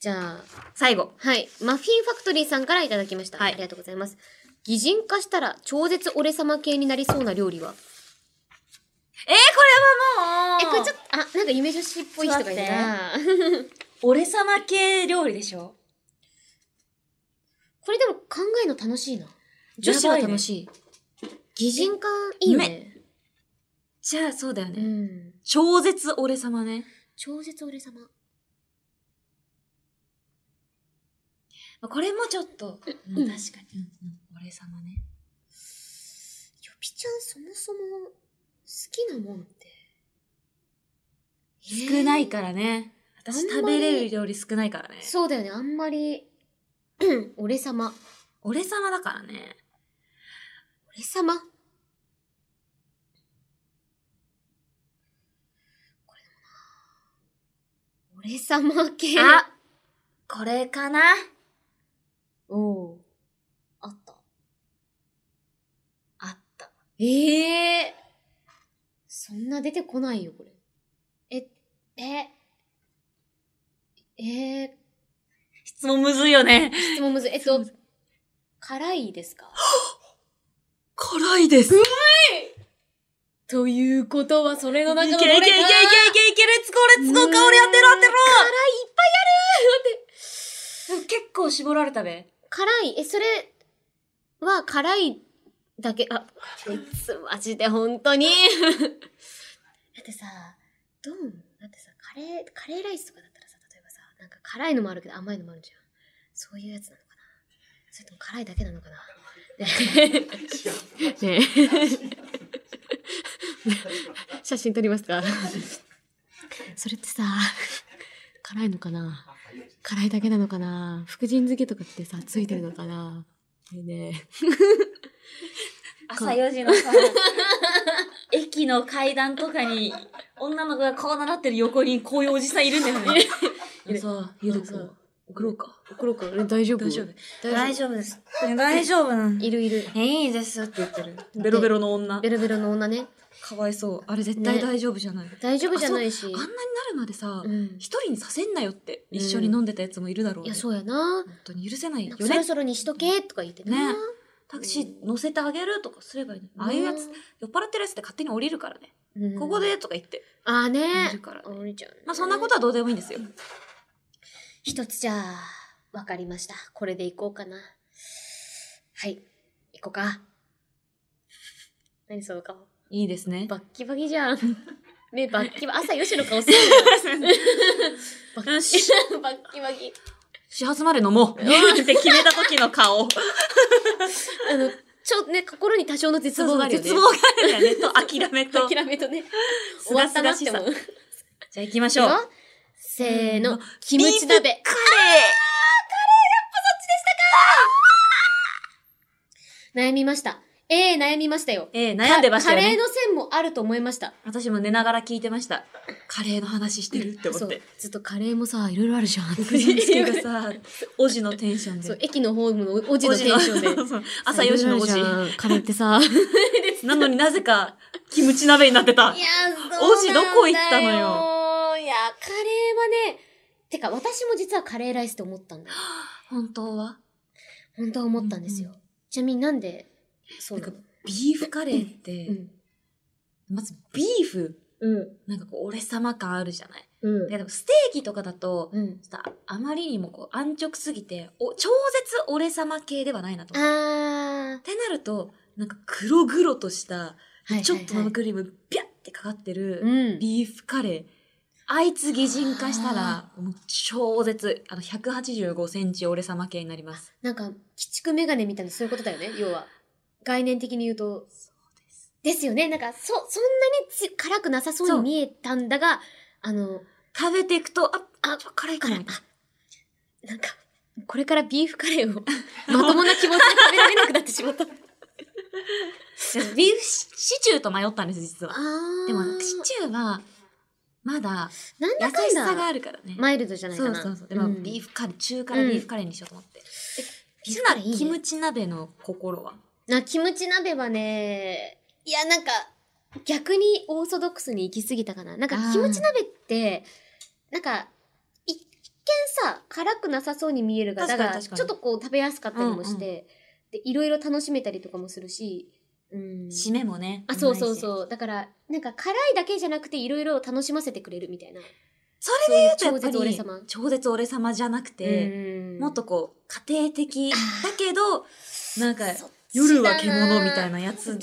[SPEAKER 1] じゃあ、
[SPEAKER 2] 最後。
[SPEAKER 1] はい。マフィンファクトリーさんからいただきました。
[SPEAKER 2] はい
[SPEAKER 1] ありがとうございます。擬人化したら超絶俺様系になりそうな料理は
[SPEAKER 2] えー、これはもう
[SPEAKER 1] え、これちょっと、あ、なんか夢女子っぽい人がいるな。
[SPEAKER 2] 俺様系料理でしょ
[SPEAKER 1] これでも考えるの楽しいな。女
[SPEAKER 2] 女子
[SPEAKER 1] 子
[SPEAKER 2] は
[SPEAKER 1] は
[SPEAKER 2] 楽
[SPEAKER 1] 楽
[SPEAKER 2] し
[SPEAKER 1] し
[SPEAKER 2] い。
[SPEAKER 1] 擬人化いいね。
[SPEAKER 2] じゃあ、そうだよね。
[SPEAKER 1] うん。
[SPEAKER 2] 超絶俺様ね。
[SPEAKER 1] 超絶俺様。
[SPEAKER 2] これもちょっと、
[SPEAKER 1] うん
[SPEAKER 2] 確かに、俺様ね。
[SPEAKER 1] よぴちゃんそもそも好きなもんって。
[SPEAKER 2] 少ないからね。私
[SPEAKER 1] あん
[SPEAKER 2] 食
[SPEAKER 1] まり
[SPEAKER 2] べれる料理少ないからね。
[SPEAKER 1] そうだよね、あんまり。俺様。
[SPEAKER 2] 俺様だからね。
[SPEAKER 1] 俺様これでもな俺様系。
[SPEAKER 2] あこれかな
[SPEAKER 1] おうあった。
[SPEAKER 2] あった。
[SPEAKER 1] ええそんな出てこないよ、これ。え、え、えー、
[SPEAKER 2] 質問むずいよね。
[SPEAKER 1] 質問むずい。えっと、辛いですか
[SPEAKER 2] 辛いです。い
[SPEAKER 1] ということは、それの中
[SPEAKER 2] けい
[SPEAKER 1] の
[SPEAKER 2] けいけいけいけいけ
[SPEAKER 1] どれか
[SPEAKER 2] いけレッツゴーレッツゴー香り当てろ当てろ辛いいっぱいある結構絞られたべ。
[SPEAKER 1] 辛い、え、それは辛いだけ、あ、こいつマジで本当に。 だってさ、どう思うだってさ、カレー、カレーライスとかだったらさ、例えばさ、なんか辛いのもあるけど甘いのもあるじゃん。そういうやつなのかなそれとも辛いだけなのかなねえ ねえ写真撮りますか それってさ、辛いのかな辛いだけなのかな福神漬けとかってさ、ついてるのかなねえね
[SPEAKER 2] 朝4時の さ、駅の階段とかに、女の子がこう習ってる横にこういうおじさんいるんだよね。
[SPEAKER 1] いる
[SPEAKER 2] さあ、ゆ
[SPEAKER 1] う
[SPEAKER 2] うんこ
[SPEAKER 1] そう、
[SPEAKER 2] 送ろうか。
[SPEAKER 1] え。黒子、大丈夫
[SPEAKER 2] 大丈夫。
[SPEAKER 1] 大
[SPEAKER 2] 大丈夫です。大丈夫なん。
[SPEAKER 1] いるいる。
[SPEAKER 2] え、いいですって言ってる。ベロベロの女
[SPEAKER 1] ベ。ロベロの女ね。
[SPEAKER 2] かわいそう。あれ絶対
[SPEAKER 1] ね
[SPEAKER 2] 大丈夫じゃない。あん
[SPEAKER 1] 大丈夫じゃないし。
[SPEAKER 2] なになるまでさ
[SPEAKER 1] う、ん。
[SPEAKER 2] 一人にさせんなよって、
[SPEAKER 1] うん
[SPEAKER 2] 一緒に飲んでたやつもいるだろう
[SPEAKER 1] いや、
[SPEAKER 2] ね。本
[SPEAKER 1] そうやな。
[SPEAKER 2] 当に許せないよ
[SPEAKER 1] そろ
[SPEAKER 2] ね。
[SPEAKER 1] そろにしとけとか言ってな
[SPEAKER 2] ね。タクシー乗せてあげるとかすればいいのに。ああいうやつ、酔っ払ってるやつって勝手に降りるからね。
[SPEAKER 1] うん
[SPEAKER 2] ここ。でとか言って。
[SPEAKER 1] ああ
[SPEAKER 2] いる
[SPEAKER 1] ね。
[SPEAKER 2] からね
[SPEAKER 1] お兄ちゃん。
[SPEAKER 2] まあそんなことはどうでもいいんですよ。
[SPEAKER 1] 一つじゃあ、わかりました。これでいこうかな。はい。いこうか。何その顔
[SPEAKER 2] いいですね。
[SPEAKER 1] バッキバキじゃん。目バッキバキ。朝吉の顔するバッ
[SPEAKER 2] よし
[SPEAKER 1] キ バッキバキ。
[SPEAKER 2] 始発まで飲もう。って決めた時の顔。
[SPEAKER 1] あの、ちょ、ね、心に多少の絶望があるよね。
[SPEAKER 2] 絶望があるんだね。と、 諦めと。
[SPEAKER 1] 諦めとね。
[SPEAKER 2] す
[SPEAKER 1] 終わ
[SPEAKER 2] が
[SPEAKER 1] っ
[SPEAKER 2] す
[SPEAKER 1] たな
[SPEAKER 2] が
[SPEAKER 1] っ
[SPEAKER 2] しさ
[SPEAKER 1] て思う。
[SPEAKER 2] じゃあ行きましょう。
[SPEAKER 1] よせーの、キムチ鍋。
[SPEAKER 2] カレ
[SPEAKER 1] 悩みました。ええー、悩みましたよ。
[SPEAKER 2] ーえー、悩んでましたよ
[SPEAKER 1] カレー
[SPEAKER 2] ね。
[SPEAKER 1] の線もあると思いました。
[SPEAKER 2] 私も寝ながら聞いてました。カレーの話してるって思って。
[SPEAKER 1] ずっとカレーもさ、いろいろあるじゃん。
[SPEAKER 2] けがさ、おじのテンショ ン
[SPEAKER 1] そう
[SPEAKER 2] で。
[SPEAKER 1] 駅のホームのおじのテンションで。
[SPEAKER 2] そう朝4時のお じ。
[SPEAKER 1] じ。カレーってさ。
[SPEAKER 2] なのになぜか、キムチ鍋になってた
[SPEAKER 1] い。や、そうなんだよ。
[SPEAKER 2] おじどこ行ったのよ
[SPEAKER 1] いや、カレーはね、てか私も実はカレーライスって思ったん だよ。
[SPEAKER 2] 本当は
[SPEAKER 1] 本当は思ったんですよ。ちなみになんで、そうなの
[SPEAKER 2] ビーフカレーって、
[SPEAKER 1] うん。
[SPEAKER 2] まずビーフ、
[SPEAKER 1] うん。
[SPEAKER 2] なんかこう、俺様感あるじゃない。
[SPEAKER 1] うん
[SPEAKER 2] いやでもステーキとかだと、
[SPEAKER 1] うん。
[SPEAKER 2] ちょっとあまりにもこう安直すぎて、お、超絶俺様系ではないなと思って。
[SPEAKER 1] あ
[SPEAKER 2] ってなると、なんか黒々とした、
[SPEAKER 1] ー。はい
[SPEAKER 2] ちょっと
[SPEAKER 1] はい
[SPEAKER 2] 生
[SPEAKER 1] はい
[SPEAKER 2] クリームビャってかかってる、
[SPEAKER 1] うん。
[SPEAKER 2] ビーフカレー。あいつ擬人化したら、もう超絶、あの、185センチ俺様系になります。
[SPEAKER 1] なんか、鬼畜メガネみたいなそういうことだ よね、要は。概念的に言うと。
[SPEAKER 2] そうです。
[SPEAKER 1] ですよね。なんか、そ、そんなにつ辛くなさそう
[SPEAKER 2] そ
[SPEAKER 1] に
[SPEAKER 2] う
[SPEAKER 1] 見えたんだが、あの、
[SPEAKER 2] 食べていくと、あ、
[SPEAKER 1] あ
[SPEAKER 2] あ、辛いか
[SPEAKER 1] から、
[SPEAKER 2] な
[SPEAKER 1] あ。、なんか、これからビーフカレ ーをまともな気持ちで食べられなくなってしまった。あ
[SPEAKER 2] ビーフシシチューと迷ったんです、実は。
[SPEAKER 1] ー
[SPEAKER 2] でも、シチューは、まだ、
[SPEAKER 1] なん
[SPEAKER 2] 優
[SPEAKER 1] だか
[SPEAKER 2] しさ
[SPEAKER 1] ん
[SPEAKER 2] が
[SPEAKER 1] だ、
[SPEAKER 2] あるからね。
[SPEAKER 1] マイルドじゃないかな。
[SPEAKER 2] そうそうそう。でも、
[SPEAKER 1] ん
[SPEAKER 2] ビーフカレー、中辛ビーフカレーにしようと思って。
[SPEAKER 1] ビー
[SPEAKER 2] ツ
[SPEAKER 1] フカ
[SPEAKER 2] ナ
[SPEAKER 1] レーいいね
[SPEAKER 2] キムチ鍋の心は
[SPEAKER 1] な、キムチ鍋はね、いや、なんか、逆にオーソドックスに行き過ぎたかな。なんか
[SPEAKER 2] あ、ー
[SPEAKER 1] キムチ鍋って、なんか、一見さ、辛くなさそうに見えるが、だ
[SPEAKER 2] 確か
[SPEAKER 1] か
[SPEAKER 2] に
[SPEAKER 1] ら、
[SPEAKER 2] 確
[SPEAKER 1] ち
[SPEAKER 2] かに
[SPEAKER 1] ょっとこう食べやすかったりもして、
[SPEAKER 2] うん
[SPEAKER 1] で、いろいろ楽しめたりとかもするし、うん。
[SPEAKER 2] 締めもね。
[SPEAKER 1] あ、そうそう
[SPEAKER 2] うまいし。
[SPEAKER 1] そう。だから、なんか辛いだけじゃなくて、いろいろ楽しませてくれるみたいな。
[SPEAKER 2] それで言うと
[SPEAKER 1] そう
[SPEAKER 2] や
[SPEAKER 1] いう
[SPEAKER 2] っぱ
[SPEAKER 1] 超
[SPEAKER 2] り
[SPEAKER 1] 絶俺様
[SPEAKER 2] 超絶俺様じゃなくて、
[SPEAKER 1] うん
[SPEAKER 2] もっとこう、家庭的だけど、なんか、
[SPEAKER 1] そっちだな
[SPEAKER 2] 夜は獣みたいなやつが、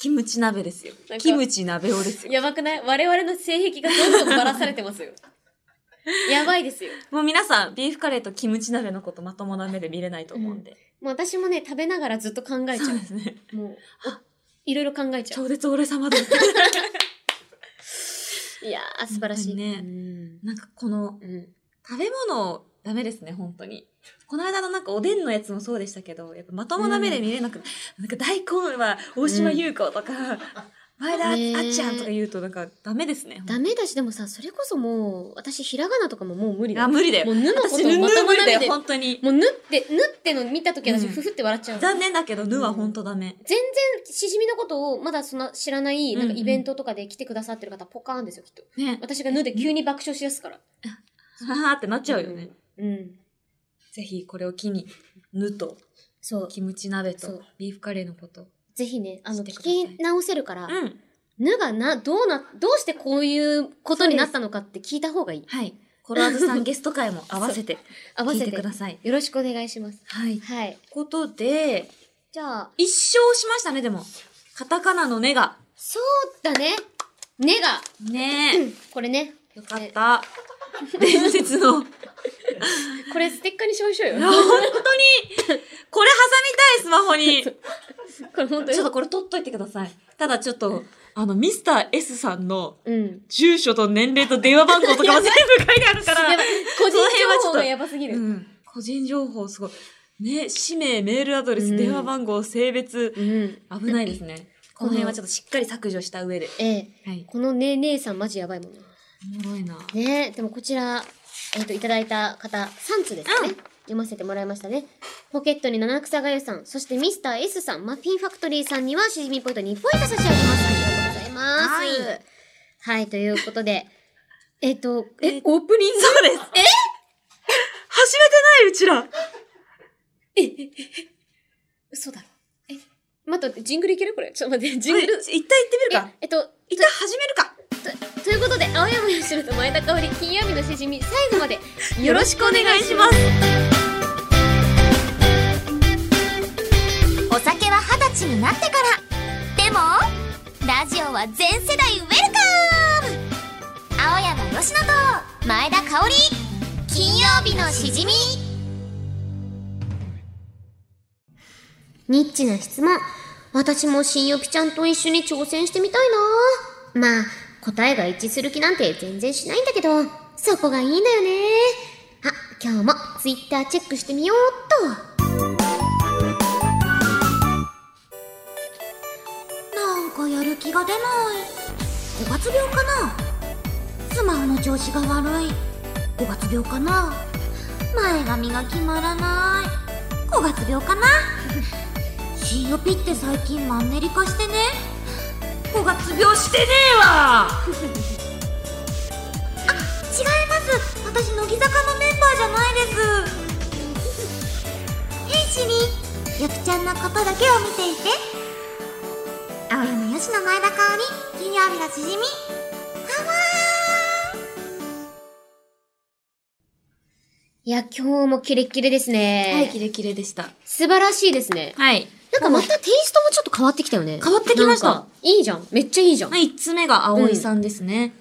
[SPEAKER 2] キムチ鍋ですよ
[SPEAKER 1] なん。か
[SPEAKER 2] キムチ鍋をですよ。
[SPEAKER 1] やばくない我々の性癖がどんどんばらされて ますよ。やばいですよ。
[SPEAKER 2] もう皆さん、ビーフカレーとキムチ鍋のことまともな目で見れないと思うんで。
[SPEAKER 1] もう私もね、食べながらずっと考えちゃ
[SPEAKER 2] そうですね。
[SPEAKER 1] う。もう、おいろいろ考えちゃ
[SPEAKER 2] 超絶俺 様です。
[SPEAKER 1] う。いやー、素晴らしい。
[SPEAKER 2] 本当
[SPEAKER 1] うん
[SPEAKER 2] なんかこの、
[SPEAKER 1] うん。
[SPEAKER 2] 食べ物、ダメですね、本当に。この間のなんかおでんのやつもそうでしたけど、やっぱまともな目で見れなく、なんか大根は大島優子とか、前田あ
[SPEAKER 1] ねえ
[SPEAKER 2] っちゃんとか言うとなんかダメですね。
[SPEAKER 1] ダメだし、でもさ、それこそもう、私、ひらがなとかももう無理
[SPEAKER 2] あ、
[SPEAKER 1] だ。も
[SPEAKER 2] 無理だよ。
[SPEAKER 1] う、ぬのこと
[SPEAKER 2] 私、ぬ
[SPEAKER 1] を
[SPEAKER 2] ぬ無
[SPEAKER 1] まともな
[SPEAKER 2] 理だ
[SPEAKER 1] 目
[SPEAKER 2] よ
[SPEAKER 1] で、、も
[SPEAKER 2] 本当に。
[SPEAKER 1] う、ぬって、ぬっての見たとき私、
[SPEAKER 2] うん
[SPEAKER 1] ふふって笑っちゃう。
[SPEAKER 2] 残念だけど、ぬは本当ダメ。
[SPEAKER 1] 全然、しじみのことを、まだそんな知らない、なんか
[SPEAKER 2] うんうん
[SPEAKER 1] イベントとかで来てくださってる方、ポカーンですよ、きっと。
[SPEAKER 2] ね。
[SPEAKER 1] 私がぬで急に爆笑しやすから。
[SPEAKER 2] ははってなっちゃうよね。
[SPEAKER 1] うん。
[SPEAKER 2] ぜひ、これを機に、ぬと、
[SPEAKER 1] そう。
[SPEAKER 2] キムチ鍋
[SPEAKER 1] そ
[SPEAKER 2] と
[SPEAKER 1] う、
[SPEAKER 2] ビーフカレーのこと。
[SPEAKER 1] ぜひね、あの、
[SPEAKER 2] してください
[SPEAKER 1] 聞き直せるから、
[SPEAKER 2] うん。
[SPEAKER 1] ぬがな、どうな、どうしてこういうことになったのかって聞いた方がいい。
[SPEAKER 2] はい。コロワーズさんゲスト会も合わせて、
[SPEAKER 1] 合わ
[SPEAKER 2] 聞い
[SPEAKER 1] せ
[SPEAKER 2] て
[SPEAKER 1] て
[SPEAKER 2] ください。
[SPEAKER 1] よろしくお願いします。
[SPEAKER 2] はい。という
[SPEAKER 1] はい。
[SPEAKER 2] ことで、
[SPEAKER 1] じゃあ、
[SPEAKER 2] 一生しましたね、でも。カタカナのネが。
[SPEAKER 1] そうだね。ねが、
[SPEAKER 2] ねえ。
[SPEAKER 1] これね。
[SPEAKER 2] よかった。伝説の。本
[SPEAKER 1] これステッカーにしましょう
[SPEAKER 2] 当に
[SPEAKER 1] よ。
[SPEAKER 2] これ挟みたい、スマホに。ち
[SPEAKER 1] これ本当に。
[SPEAKER 2] ょっとこれ取っといてください。ただちょっと、あの、ミスター S さんの
[SPEAKER 1] うん。
[SPEAKER 2] 住所と年齢と電話番号とかも全部書いてあるか
[SPEAKER 1] やば
[SPEAKER 2] ら
[SPEAKER 1] い。個人
[SPEAKER 2] その辺は
[SPEAKER 1] 情
[SPEAKER 2] ちょっ
[SPEAKER 1] 報
[SPEAKER 2] と
[SPEAKER 1] がやばすぎ
[SPEAKER 2] う
[SPEAKER 1] る。
[SPEAKER 2] ん。個人情報すごい。ね、氏名、メールアドレ
[SPEAKER 1] う
[SPEAKER 2] ス、
[SPEAKER 1] ん
[SPEAKER 2] 電話番号、性別。
[SPEAKER 1] うん。
[SPEAKER 2] 危ないですね。この辺はちょっとしっかり削除した上で。
[SPEAKER 1] ええ。
[SPEAKER 2] はい。
[SPEAKER 1] このね姉さんマジやばいもんな。
[SPEAKER 2] おもろいな。
[SPEAKER 1] ねえ、でもこちら、えっ、と、いただいた方、3通ですかね。
[SPEAKER 2] うん
[SPEAKER 1] 読ませてもらいましたね。ポケットに七草がゆさん、そしてミスター S さん、マフィンファクトリーさんには、しじみポイント2ポイント差し上げます。ありがとうございます。
[SPEAKER 2] はい。
[SPEAKER 1] はい、ということで、えっと、え
[SPEAKER 2] え、オープニングそうです。え始めてないうちら。
[SPEAKER 1] 嘘だろ。え、待って、ジングルいけるこれ。ちょっと待って、ジ
[SPEAKER 2] ジ
[SPEAKER 1] ン
[SPEAKER 2] ン
[SPEAKER 1] グ
[SPEAKER 2] グ
[SPEAKER 1] ル
[SPEAKER 2] ル、。一旦行ってみるか
[SPEAKER 1] え。、えっと、
[SPEAKER 2] 一旦始めるか。
[SPEAKER 1] ということで、青山よしると前田香織金曜日のしじみ、最後までよろしくお願いします。
[SPEAKER 3] お酒は二十歳になってからでもラジオは全世代ウェルカム青山佳乃と前田香織金曜日のしじみ
[SPEAKER 1] ニッチな質問。私も新予備ちゃんと一緒に挑戦してみたいなまあ、答えが一致する気なんて全然しないんだけど、そこがいいんだよね。あ、今日もツイッターチェックしてみようっ
[SPEAKER 3] なんかやる気が出ない五月病かなスマホの調子が悪い五月病かな前髪が決まらない五月病かな COP って最近マンネリ化してね
[SPEAKER 2] 五月病してねえわ。
[SPEAKER 3] 違います私乃木坂のメンバーじゃないです兵士にゆきちゃんのことだけを見ていて青山よしの前田香織金曜日のしじみパワー
[SPEAKER 1] いや、今日もキレッキレですね。
[SPEAKER 2] はい、キレキレでした。
[SPEAKER 1] 素晴らしいですね。
[SPEAKER 2] はい。
[SPEAKER 1] なんかまたテイストもちょっと変わってきたよね。
[SPEAKER 2] 変わってきました
[SPEAKER 1] なんか。いいじゃん。めっちゃいいじゃん。
[SPEAKER 2] まあ、一つ目が葵さんですね。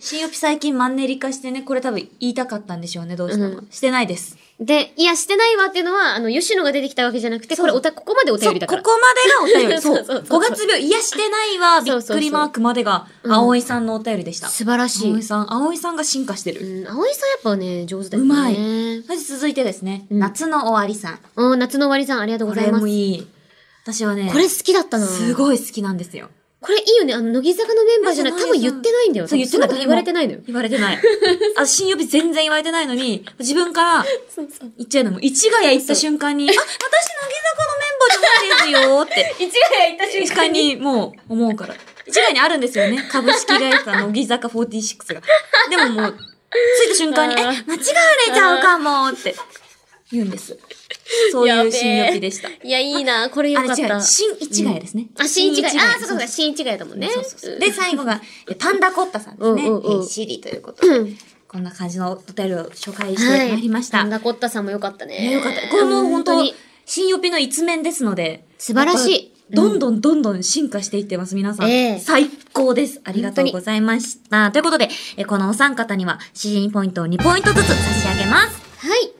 [SPEAKER 2] 新予備最近マンネリ化してね、これ多分言いたかったんでしょうね、どうしたのか。
[SPEAKER 1] うん
[SPEAKER 2] してないです。
[SPEAKER 1] で、いや、してないわっていうのは、あの、吉野が出てきたわけじゃなくて、これおた、ここまでお
[SPEAKER 2] そ
[SPEAKER 1] 便
[SPEAKER 2] う、
[SPEAKER 1] りだ
[SPEAKER 2] こ
[SPEAKER 1] か
[SPEAKER 2] こ
[SPEAKER 1] ら。
[SPEAKER 2] までがお便り。
[SPEAKER 1] そ
[SPEAKER 2] そうう。
[SPEAKER 1] そうそう
[SPEAKER 2] 5月病、癒してないわ、び
[SPEAKER 1] そう
[SPEAKER 2] っ
[SPEAKER 1] そうそう
[SPEAKER 2] くりマークまでが、
[SPEAKER 1] うん
[SPEAKER 2] 葵さんのお便りでした。
[SPEAKER 1] 素晴らしい。う
[SPEAKER 2] 葵
[SPEAKER 1] ん、
[SPEAKER 2] さん、葵さんが進化してる。
[SPEAKER 1] 葵さんやっぱね、上手だよね。
[SPEAKER 2] うまい
[SPEAKER 1] い。
[SPEAKER 2] そして続いてですね、
[SPEAKER 1] うん
[SPEAKER 2] 夏の終わりさん。
[SPEAKER 1] うん、夏の終わりさん、ありがとう
[SPEAKER 2] こ
[SPEAKER 1] ござい
[SPEAKER 2] れ
[SPEAKER 1] ます。こ
[SPEAKER 2] も
[SPEAKER 1] れ
[SPEAKER 2] いい。私はね、
[SPEAKER 1] 好きだったな。
[SPEAKER 2] す
[SPEAKER 1] い。
[SPEAKER 2] ごい好きなんですよ。
[SPEAKER 1] これいいよね。あの、乃木坂のメンバーじゃない。多分言ってないんだよ。
[SPEAKER 2] そう言ってな
[SPEAKER 1] そん
[SPEAKER 2] い
[SPEAKER 1] こと言われてないのよ。
[SPEAKER 2] 言われて ない。あ、新予備全然言われてないのに、自分から
[SPEAKER 1] そうそう。
[SPEAKER 2] 言っちゃうのも、市ヶ谷行った瞬間に、あ、私乃木坂のメンバーじゃないです よって、
[SPEAKER 1] 一夜行った
[SPEAKER 2] 市ヶ谷にもう思うから。市ヶ谷にあるんですよね。株式会社乃木坂46が。でももう、着いた瞬間に、え、
[SPEAKER 1] あ
[SPEAKER 2] 間違
[SPEAKER 1] ー
[SPEAKER 2] われちゃうかもって言うんです。そう
[SPEAKER 1] やべ
[SPEAKER 2] いう
[SPEAKER 1] ー
[SPEAKER 2] 新予備でした。
[SPEAKER 1] いや、いいな。これよ
[SPEAKER 2] あ
[SPEAKER 1] かっ
[SPEAKER 2] れ違
[SPEAKER 1] た。
[SPEAKER 2] う、新市ヶ谷ですね。
[SPEAKER 1] あ、新一があ
[SPEAKER 2] 新
[SPEAKER 1] ー、
[SPEAKER 2] 谷
[SPEAKER 1] そうかそうか、新一がやだもんね。
[SPEAKER 2] そうそうそ うで、最後が、えパンダコッタさんですね。
[SPEAKER 1] うんうんうん
[SPEAKER 2] えーシリということで。
[SPEAKER 1] うん、
[SPEAKER 2] こんな感じのお便りを紹介してまいりました。
[SPEAKER 1] 神田コッタさんもよかったね。
[SPEAKER 2] ねよかった。これも本当
[SPEAKER 1] に。、
[SPEAKER 2] 新予備の一面ですので。
[SPEAKER 1] 素晴らしい
[SPEAKER 2] やっぱどんどんどんどん進化していってます、皆さん。
[SPEAKER 1] ええ
[SPEAKER 2] 最高です。ありがとうございました。ということで、えこのお三方には、指針ポイントを2ポイントずつ差し上げます。
[SPEAKER 1] はい。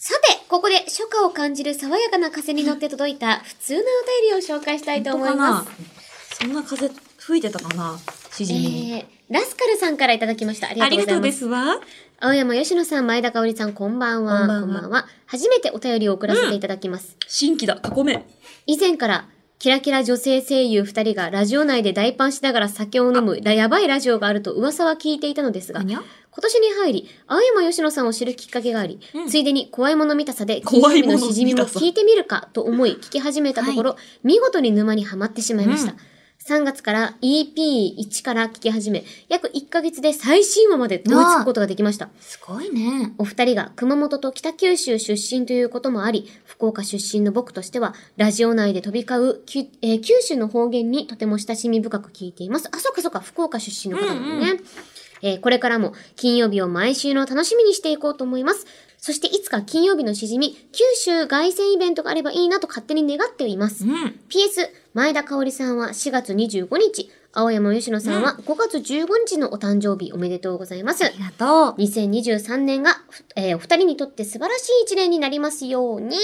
[SPEAKER 1] さて、ここで初夏を感じる爽やかな風に乗って届い た普通のお便りを紹介したいと思いま
[SPEAKER 2] 本
[SPEAKER 1] す
[SPEAKER 2] 当。かなそんな風吹いてたかな
[SPEAKER 1] え
[SPEAKER 2] 指針に。
[SPEAKER 1] ー、ラスカルさんからいただきました。ありが
[SPEAKER 2] あ
[SPEAKER 1] と
[SPEAKER 2] り
[SPEAKER 1] うご
[SPEAKER 2] が
[SPEAKER 1] ざい
[SPEAKER 2] とう
[SPEAKER 1] ま。
[SPEAKER 2] ですすわ。
[SPEAKER 1] 青山吉野さん、前田香織さん、こんばんは。
[SPEAKER 2] こんばんは
[SPEAKER 1] 初めてお便りを送らせていただきます。
[SPEAKER 2] 新規だ、囲め。
[SPEAKER 1] 以前から、キラキラ女性声優二人がラジオ内で大パンしながら酒を飲む、やばいラジオがあると噂は聞いていたのですが、
[SPEAKER 2] 何や
[SPEAKER 1] 今年に入り、青山吉野さんを知るきっかけがあり、
[SPEAKER 2] うん
[SPEAKER 1] ついでに怖いもの見たさで、
[SPEAKER 2] 怖いも
[SPEAKER 1] 金曜
[SPEAKER 2] の見たさ
[SPEAKER 1] 日のしじみも聞いてみるかと思い聞き始めたところ、見事に沼にはまってしまいました。
[SPEAKER 2] うん
[SPEAKER 1] 3月から EP1 から聞き始め、約1ヶ月で最新話まで追いつくことができました。
[SPEAKER 2] すごいね。
[SPEAKER 1] お二人が熊本と北九州出身ということもあり、福岡出身の僕としては、ラジオ内で飛び交う、きゅえー九州の方言にとても親しみ深く聞いています。あ、そっかそっか、福岡出身の方だもんね。
[SPEAKER 2] うん
[SPEAKER 1] えーこれからも金曜日を毎週の楽しみにしていこうと思います。そしていつか金曜日のしじみ、九州凱旋イベントがあればいいなと勝手に願っています
[SPEAKER 2] う。ん。
[SPEAKER 1] PS、前田香織さんは4月25日、青山吉野さんは5月15日のお誕生日おめでとうございます。
[SPEAKER 2] ありがとう。
[SPEAKER 1] 2023年が、えーお二人にとって素晴らしい一年になりますように、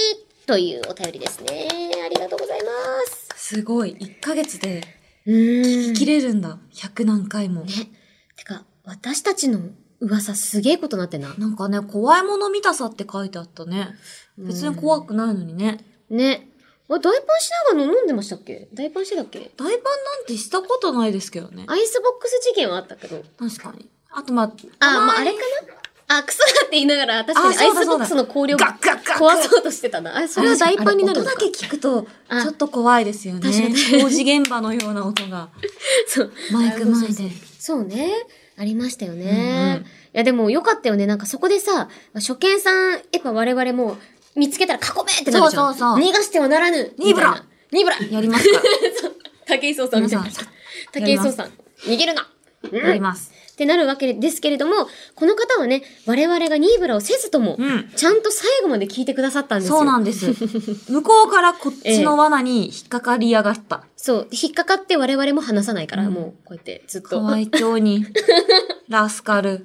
[SPEAKER 1] というお便りですね。ありがとうございます。
[SPEAKER 2] すごい。1ヶ月で
[SPEAKER 1] うー
[SPEAKER 2] 聞き切れるんだ。100何回も。
[SPEAKER 1] ね。てか、私たちの噂すげえことなってんな。
[SPEAKER 2] なんかね、怖いもの見たさって書いてあったね。別に怖くないのにね。
[SPEAKER 1] ね。あ、大パンしながら飲んでましたっけ大パンしてたっけ
[SPEAKER 2] 大パンなんてしたことないですけどね。
[SPEAKER 1] アイスボックス事件はあったけど。
[SPEAKER 2] 確かに。あとまあ、
[SPEAKER 1] あ、まあ、
[SPEAKER 2] 前
[SPEAKER 1] あれかなあ、クソだって言いながら、確かに
[SPEAKER 2] あ
[SPEAKER 1] アイ
[SPEAKER 2] そうだ
[SPEAKER 1] スボックスの香料
[SPEAKER 2] ガッガッガッ
[SPEAKER 1] 壊そうとしてたな。あ、それは大パンになるの
[SPEAKER 2] あ
[SPEAKER 1] か
[SPEAKER 2] れ音だけ聞くと、ち
[SPEAKER 1] あ
[SPEAKER 2] ょっと怖いですよね。
[SPEAKER 1] 確かに
[SPEAKER 2] 工事現場のような音が、
[SPEAKER 1] そう。
[SPEAKER 2] マイク前で。
[SPEAKER 1] そうね。ありましたよね。
[SPEAKER 2] う
[SPEAKER 1] い
[SPEAKER 2] んうん
[SPEAKER 1] や、でもよかったよね。なんかそこでさ、初見さん、やっぱ我々も見つけたら囲めってなるじゃん。
[SPEAKER 2] そうそうそう
[SPEAKER 1] 逃がしてはならぬ
[SPEAKER 2] ニブラ
[SPEAKER 1] ニブラ
[SPEAKER 2] やります か
[SPEAKER 1] 武井壮さん
[SPEAKER 2] 皆
[SPEAKER 1] みたい
[SPEAKER 2] さ
[SPEAKER 1] な。
[SPEAKER 2] ん、
[SPEAKER 1] 武井壮さん。逃げるなう
[SPEAKER 2] やり
[SPEAKER 1] んっ
[SPEAKER 2] ます。
[SPEAKER 1] てなるわけですけれども、この方はね、我々がニーブラをせずとも、
[SPEAKER 2] うん。
[SPEAKER 1] ちゃんと最後まで聞いてくださったんですよ。
[SPEAKER 2] そうなんです。向こうからこっちの罠に引っかかりやがった。
[SPEAKER 1] そう。で引っかかって我々も話さないから、
[SPEAKER 2] うん
[SPEAKER 1] もうこうやってずっ
[SPEAKER 2] か
[SPEAKER 1] と。
[SPEAKER 2] わいそ うに。ラスカル。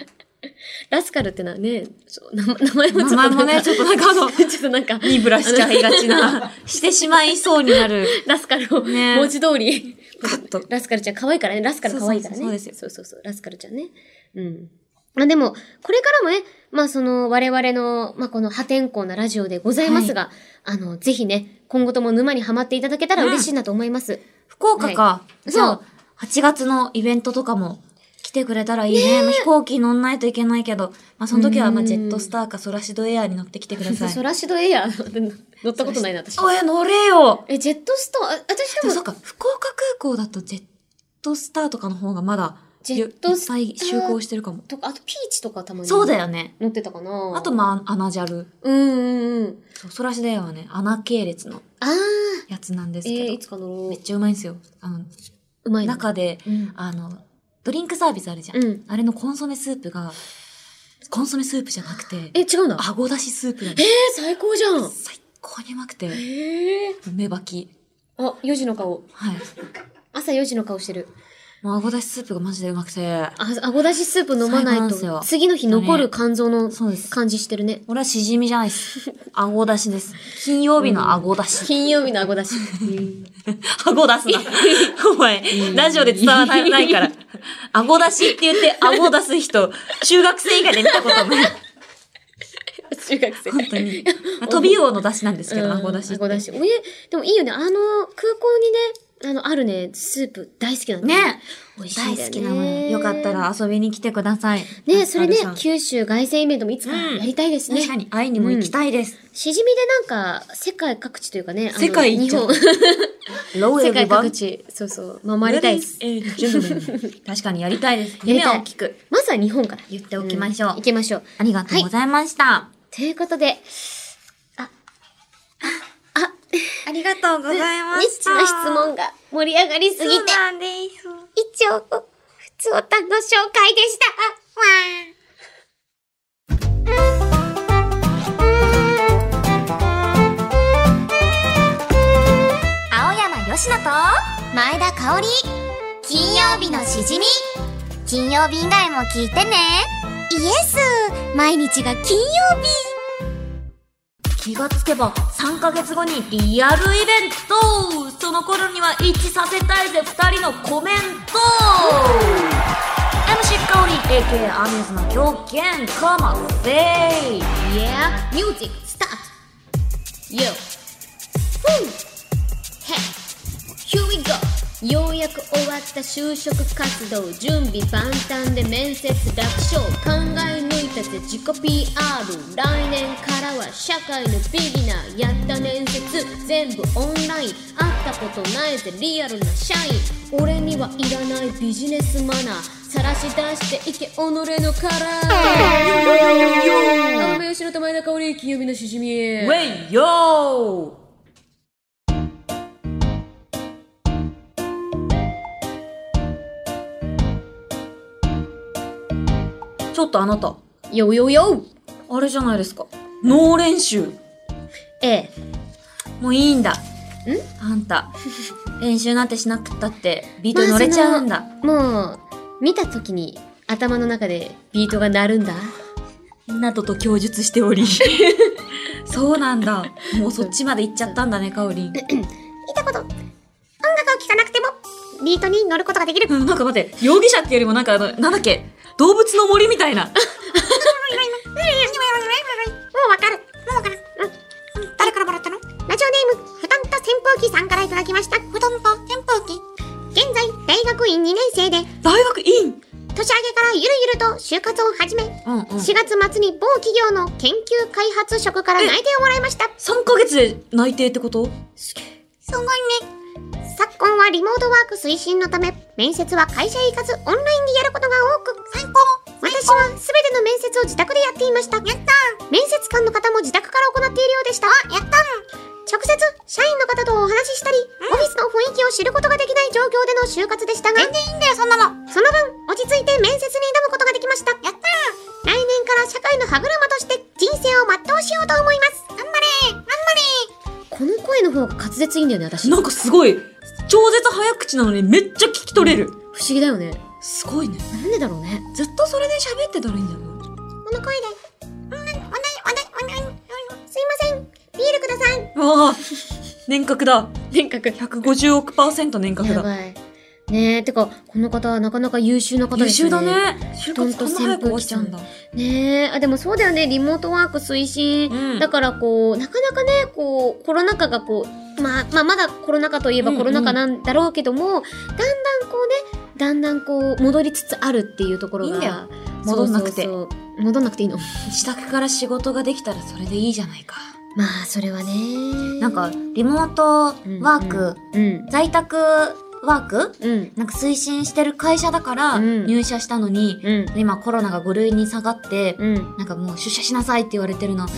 [SPEAKER 1] ラスカルってのはね、そう名前名前もちょっ
[SPEAKER 2] 名
[SPEAKER 1] とな
[SPEAKER 2] 前
[SPEAKER 1] んか
[SPEAKER 2] もね、ちょっとなんかあ の、
[SPEAKER 1] ちょっとなんか、
[SPEAKER 2] ニブラしちゃいがちな、してしまいそうになる。
[SPEAKER 1] ラスカルを、
[SPEAKER 2] ね
[SPEAKER 1] 文字通り。
[SPEAKER 2] ガッと
[SPEAKER 1] ラスカルちゃん可愛いからね。ラスカル可愛いからね。
[SPEAKER 2] そうそ
[SPEAKER 1] そう
[SPEAKER 2] うそうそうです
[SPEAKER 1] そうそうラスカルちゃんね。うん。まあでも、これからもね、まあその、我々の、まあこの破天荒なラジオでございますが、あの、ぜひね、今後とも沼にはまっていただけたら嬉しいなと思います。
[SPEAKER 2] 福岡か。
[SPEAKER 1] い
[SPEAKER 2] じゃあ、8月のイベントとかも来てくれたらいいね。まあ飛行機乗んないといけないけど、まあその時はま
[SPEAKER 1] う
[SPEAKER 2] あ
[SPEAKER 1] ん
[SPEAKER 2] ジェットスターかソラシドエアに乗ってきてください。
[SPEAKER 1] ソラシドエア ー乗ったことないな、私。
[SPEAKER 2] おえ、乗れよ
[SPEAKER 1] え、ジェットストア、あ私
[SPEAKER 2] で
[SPEAKER 1] で
[SPEAKER 2] もそっ
[SPEAKER 1] も、
[SPEAKER 2] か、福岡空港だとジェットスターとかの方がまだ、
[SPEAKER 1] ジェットスター
[SPEAKER 2] いっぱい就航してるかも。
[SPEAKER 1] とかあとピーチとかたまに。
[SPEAKER 2] そうだ。よね。
[SPEAKER 1] 乗ってたかな
[SPEAKER 2] あと、まあ、アナジャル。
[SPEAKER 1] うんうんうん。
[SPEAKER 2] そうソラシドエアはね、アナ系列の
[SPEAKER 1] あー、
[SPEAKER 2] やつなんです
[SPEAKER 1] え
[SPEAKER 2] け
[SPEAKER 1] ー、
[SPEAKER 2] ど、
[SPEAKER 1] いつか乗ろ
[SPEAKER 2] め
[SPEAKER 1] う
[SPEAKER 2] っ。ちゃうまいんですよ。あの、
[SPEAKER 1] うまいな。
[SPEAKER 2] 中で、
[SPEAKER 1] うん。
[SPEAKER 2] あの、ドリンクサービスあるじゃん。
[SPEAKER 1] うん
[SPEAKER 2] あれのコンソメスープが、コンソメスープじゃなくて、
[SPEAKER 1] え、違うの
[SPEAKER 2] あごだしスープなん
[SPEAKER 1] え
[SPEAKER 2] で
[SPEAKER 1] ー
[SPEAKER 2] す。、
[SPEAKER 1] 最高じゃん。
[SPEAKER 2] 最高にうまくて、
[SPEAKER 1] えー。
[SPEAKER 2] 梅ばき。
[SPEAKER 1] あ、4時の顔。
[SPEAKER 2] はい。
[SPEAKER 1] 朝4時の顔してる。
[SPEAKER 2] もうあごだしスープがマジでうまくて、
[SPEAKER 1] あ、あごだしスープ飲まない
[SPEAKER 2] そうなんです
[SPEAKER 1] と、
[SPEAKER 2] よ
[SPEAKER 1] 次の日残る肝臓の
[SPEAKER 2] そうです。
[SPEAKER 1] 感じしてるね。
[SPEAKER 2] 俺はしじみじゃないです。あごだしです。金曜日のあごだし。
[SPEAKER 1] 金曜日のあご だし。
[SPEAKER 2] あご出すな。お前、ラジオで伝わらないから。あご出しって言ってあご出す人、中学生以外で見たことない。
[SPEAKER 1] 中学生。
[SPEAKER 2] 本 当に。まあトビウオの出汁なんですけど、あご出し
[SPEAKER 1] あ
[SPEAKER 2] っ
[SPEAKER 1] ごだ
[SPEAKER 2] て。
[SPEAKER 1] し。おえ、でもいいよね。あの、空港にね、あの、あるね、スープ大好きなんだよ
[SPEAKER 2] ね。
[SPEAKER 1] 美味しいん
[SPEAKER 2] 大
[SPEAKER 1] だよ
[SPEAKER 2] 好
[SPEAKER 1] ね。
[SPEAKER 2] きなのよ。よかった。ら遊びに来てください。
[SPEAKER 1] ね、それね
[SPEAKER 2] アルさん、
[SPEAKER 1] 九州凱旋イベントもいつかやりたいですね。
[SPEAKER 2] 確かに会いにも行きたいです。
[SPEAKER 1] しじみでなんか、世界各地というかね、あの
[SPEAKER 2] 世界
[SPEAKER 1] 日
[SPEAKER 2] 一
[SPEAKER 1] 本、
[SPEAKER 2] ローエ
[SPEAKER 1] 世
[SPEAKER 2] ル
[SPEAKER 1] 界
[SPEAKER 2] バ
[SPEAKER 1] 各
[SPEAKER 2] ン。
[SPEAKER 1] 地、そうそう、回りたい です。
[SPEAKER 2] 確かにやりたいです。
[SPEAKER 1] やり
[SPEAKER 2] 夢を
[SPEAKER 1] たい
[SPEAKER 2] 聞く。
[SPEAKER 1] まずは日本から。
[SPEAKER 2] 言っておきましょう
[SPEAKER 1] 行きましょう。
[SPEAKER 2] ありがとうございました。
[SPEAKER 1] ということで、
[SPEAKER 2] ありがとうござい
[SPEAKER 1] ニッチな質問が盛り上がりすぎて、
[SPEAKER 2] なんです。
[SPEAKER 1] 一応、普通おたの紹介でした。わー。
[SPEAKER 3] 青山よしのと前田香織金曜日のしじみ金曜日以外も聞いてねイエス毎日が金曜日
[SPEAKER 2] 気がつけば3ヶ月後にリアルイベントその頃には一致させたいぜ2人のコメント MC 香り AK アミューズの狂犬カマセイ
[SPEAKER 1] Yeah, music start. Yo. Woo. Hey. Here we go. ようやく終わった就職活動準備万端で面接楽勝考え抜いたぜ自己 PR 来年からは社会のビギナーやった面接全部オンライン会ったことないぜリアルな社員俺にはいらないビジネスマナー晒し出していけ己の殻青梅吉野と前田香織金曜日のしじみ
[SPEAKER 2] ウェイヨーちょっとあなた
[SPEAKER 1] よよよ
[SPEAKER 2] あれじゃないですか脳練習
[SPEAKER 1] ええ
[SPEAKER 2] もういいんだ。んあん た。練習なんてしなくったって、ビートに乗れちゃうんだ。
[SPEAKER 1] もう見た時に頭の中でビートが鳴るんだ
[SPEAKER 2] などと供述して おり。そうなんだ。もうそっちまで行っちゃったんだね、かおりん。
[SPEAKER 3] 聞いたこと音楽を聴かなくてもビートに乗ることができる
[SPEAKER 2] うん、なんか待って、容疑者ってよりもなんかあの、なんだっけ、動物の森みたいな。
[SPEAKER 3] もうわかる。もうわかる。うんうん。誰からもらったのラジオネーム、ふたんと扇風機さんからいただきました。ふたんと扇風機。現在、大学院2年生で、年
[SPEAKER 2] 大学院
[SPEAKER 3] 明けからゆるゆると就活を始め、4
[SPEAKER 2] うんうん。3
[SPEAKER 3] 月末に某企業の研究開発職から内定をもらいました。
[SPEAKER 2] ヶ月で内定ってこと
[SPEAKER 3] すごいね。昨今はリモートワーク推進のため、面接は会社へ行かずオンラインでやることが多く、最高私はすべての面接を自宅でやっていました。やった面接官の方も自宅から行っているようでした。やった直接、社員の方とお話ししたり、オフィスの雰囲気を知ることができない状況での就活でしたが、全然いいんだよ、そんなの。その分、落ち着いて面接に挑むことができました。やった来年から社会の歯車として人生を全うしようと思います。頑張れ頑張れ
[SPEAKER 1] この声の方が滑舌いいんだよね私不
[SPEAKER 2] なんかすごい、超絶早口なのにめっちゃ聞き取れる。
[SPEAKER 1] 思議だよね
[SPEAKER 2] すごいね。
[SPEAKER 1] なんでだろうね
[SPEAKER 2] ずっとそれで喋ってたらいいんじゃない
[SPEAKER 3] この声で。うん、おね、おね、おね、すいません。ビールください。
[SPEAKER 2] ああ、年格だ。
[SPEAKER 1] 幻覚
[SPEAKER 2] 150億パーセント年格
[SPEAKER 1] や
[SPEAKER 2] だ。
[SPEAKER 1] ばいねえてかこの方はなかなか優秀な方
[SPEAKER 2] 優
[SPEAKER 1] ですね
[SPEAKER 2] 秀だね。就
[SPEAKER 1] どん
[SPEAKER 2] 活
[SPEAKER 1] と
[SPEAKER 2] こんな
[SPEAKER 1] 扇
[SPEAKER 2] 早
[SPEAKER 1] 風
[SPEAKER 2] く起
[SPEAKER 1] 機
[SPEAKER 2] きち
[SPEAKER 1] さ
[SPEAKER 2] ゃ
[SPEAKER 1] ん
[SPEAKER 2] うんだ。
[SPEAKER 1] ねえあでもそうだよねリモートワーク推進、
[SPEAKER 2] うん
[SPEAKER 1] だからこうなかなかねこうコロナ禍がこうまあ、まあ、まだコロナ禍といえば
[SPEAKER 2] うんうん
[SPEAKER 1] コロナ禍なんだろうけども、だんだんこうねだんだんこう戻りつつあるっていうところが
[SPEAKER 2] いいんだよ戻んなくて
[SPEAKER 1] そうそうそう戻んなくていいの
[SPEAKER 2] 自宅から仕事ができたらそれでいいじゃないか。
[SPEAKER 1] まあそれはね
[SPEAKER 2] なんか、リモートワーク、
[SPEAKER 1] うん
[SPEAKER 2] 在宅ワーク
[SPEAKER 1] うん
[SPEAKER 2] なんか推進してる会社だから
[SPEAKER 1] うん
[SPEAKER 2] 入社したのに、
[SPEAKER 1] うん
[SPEAKER 2] 今コロナが5類に下がって、
[SPEAKER 1] うん、
[SPEAKER 2] なんかもう出社しなさいって言われてるの。
[SPEAKER 1] うん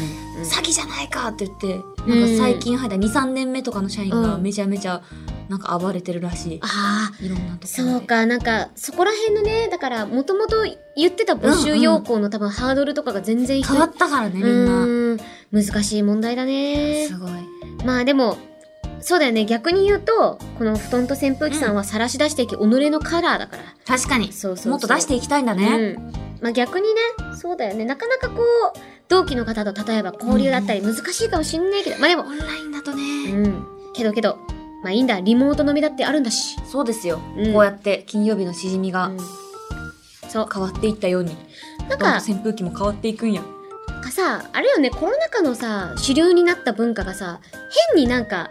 [SPEAKER 2] 詐欺じゃないかって言って、
[SPEAKER 1] うん
[SPEAKER 2] なんか最近入った2、3年目とかの社員がめちゃめちゃ、なんか暴れてるらしい。
[SPEAKER 1] ああ、
[SPEAKER 2] いろんなところで。
[SPEAKER 1] そう。か、なんか、そこら辺のね、だから、もともと言ってた募集要項の多分ハードルとかが全然低い
[SPEAKER 2] 変わったからね、みんな。
[SPEAKER 1] うーん難しい問題だね
[SPEAKER 2] すごい。
[SPEAKER 1] まあでもそうだよね逆に言うとこの布団と扇風機さんは晒し出していき、己のカラーだから
[SPEAKER 2] 確かに。
[SPEAKER 1] そうそうそう
[SPEAKER 2] もっと出していきたいんだね。
[SPEAKER 1] うんまあ、逆にねそうだよねなかなかこう同期の方と例えば交流だったり難しいかもしんないけど、まあでも
[SPEAKER 2] オンラインだと
[SPEAKER 1] う
[SPEAKER 2] ね。
[SPEAKER 1] んけどけどまあいいんだリモート飲みだってあるんだし、
[SPEAKER 2] そうですよ。
[SPEAKER 1] うん
[SPEAKER 2] こうやって金曜日のしじみが
[SPEAKER 1] うんそう
[SPEAKER 2] 変わっていったように、
[SPEAKER 1] なん
[SPEAKER 2] どんどん
[SPEAKER 1] か
[SPEAKER 2] 扇風機も変わっていくんや。
[SPEAKER 1] なんかさあれよねコロナ禍のさ主流になった文化がさ変になんか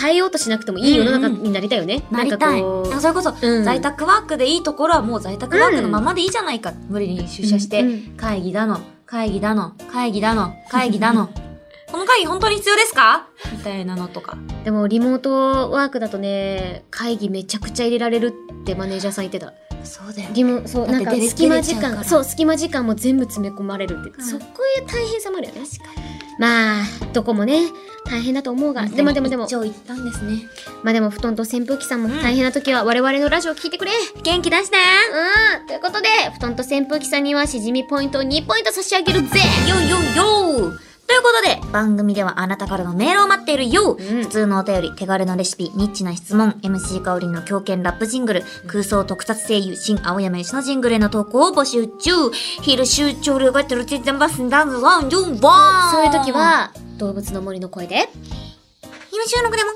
[SPEAKER 1] 変えようとしなくてもいい世の中になりたいよね、
[SPEAKER 2] なりた
[SPEAKER 1] んか
[SPEAKER 2] い。なん
[SPEAKER 1] こ
[SPEAKER 2] か
[SPEAKER 1] う
[SPEAKER 2] それこそ、
[SPEAKER 1] うん
[SPEAKER 2] 在宅ワークでいいところはもう在宅ワークのままでいいじゃないか。無理に出社して、
[SPEAKER 1] うんうん
[SPEAKER 2] 会議だの、会議だの、会議だの、会議 だの。この会議本当に必要ですかみたいなのとか。
[SPEAKER 1] でもリモートワークだとね会議めちゃくちゃ入れられるってマネージャーさん言ってた
[SPEAKER 2] そうだよ。
[SPEAKER 1] リモそう
[SPEAKER 2] だ
[SPEAKER 1] なん
[SPEAKER 2] って
[SPEAKER 1] か
[SPEAKER 2] 出れ
[SPEAKER 1] 隙間時
[SPEAKER 2] 出れちゃう
[SPEAKER 1] 間
[SPEAKER 2] から
[SPEAKER 1] そう隙間時間も全部詰め込まれるって、
[SPEAKER 2] うん
[SPEAKER 1] そこへ大変さもあるよねまあどこもね大変だと思うがでもでもでも
[SPEAKER 2] 一応言ったんですね。
[SPEAKER 1] まあでも布団と扇風機さんも大変な時は我々のラジオ聞いてくれ
[SPEAKER 2] 元気出して
[SPEAKER 1] うんということで布団と扇風機さんにはしじみポイントを2ポイント差し上げるぜ
[SPEAKER 2] よいよいよということで、番組ではあなたからのメールを待っているよ、
[SPEAKER 1] ん
[SPEAKER 2] 普通のお便り、手軽なレシピ、ニッチな質問、MC 香りの狂犬ラップジングル、空想特撮声優、新青山吉のジングルへの投稿を募集中昼集中力がてるちんばすんだんワン、ジョン、バン
[SPEAKER 1] そういう時、は動物の森の声ではい
[SPEAKER 2] 昼収録でも、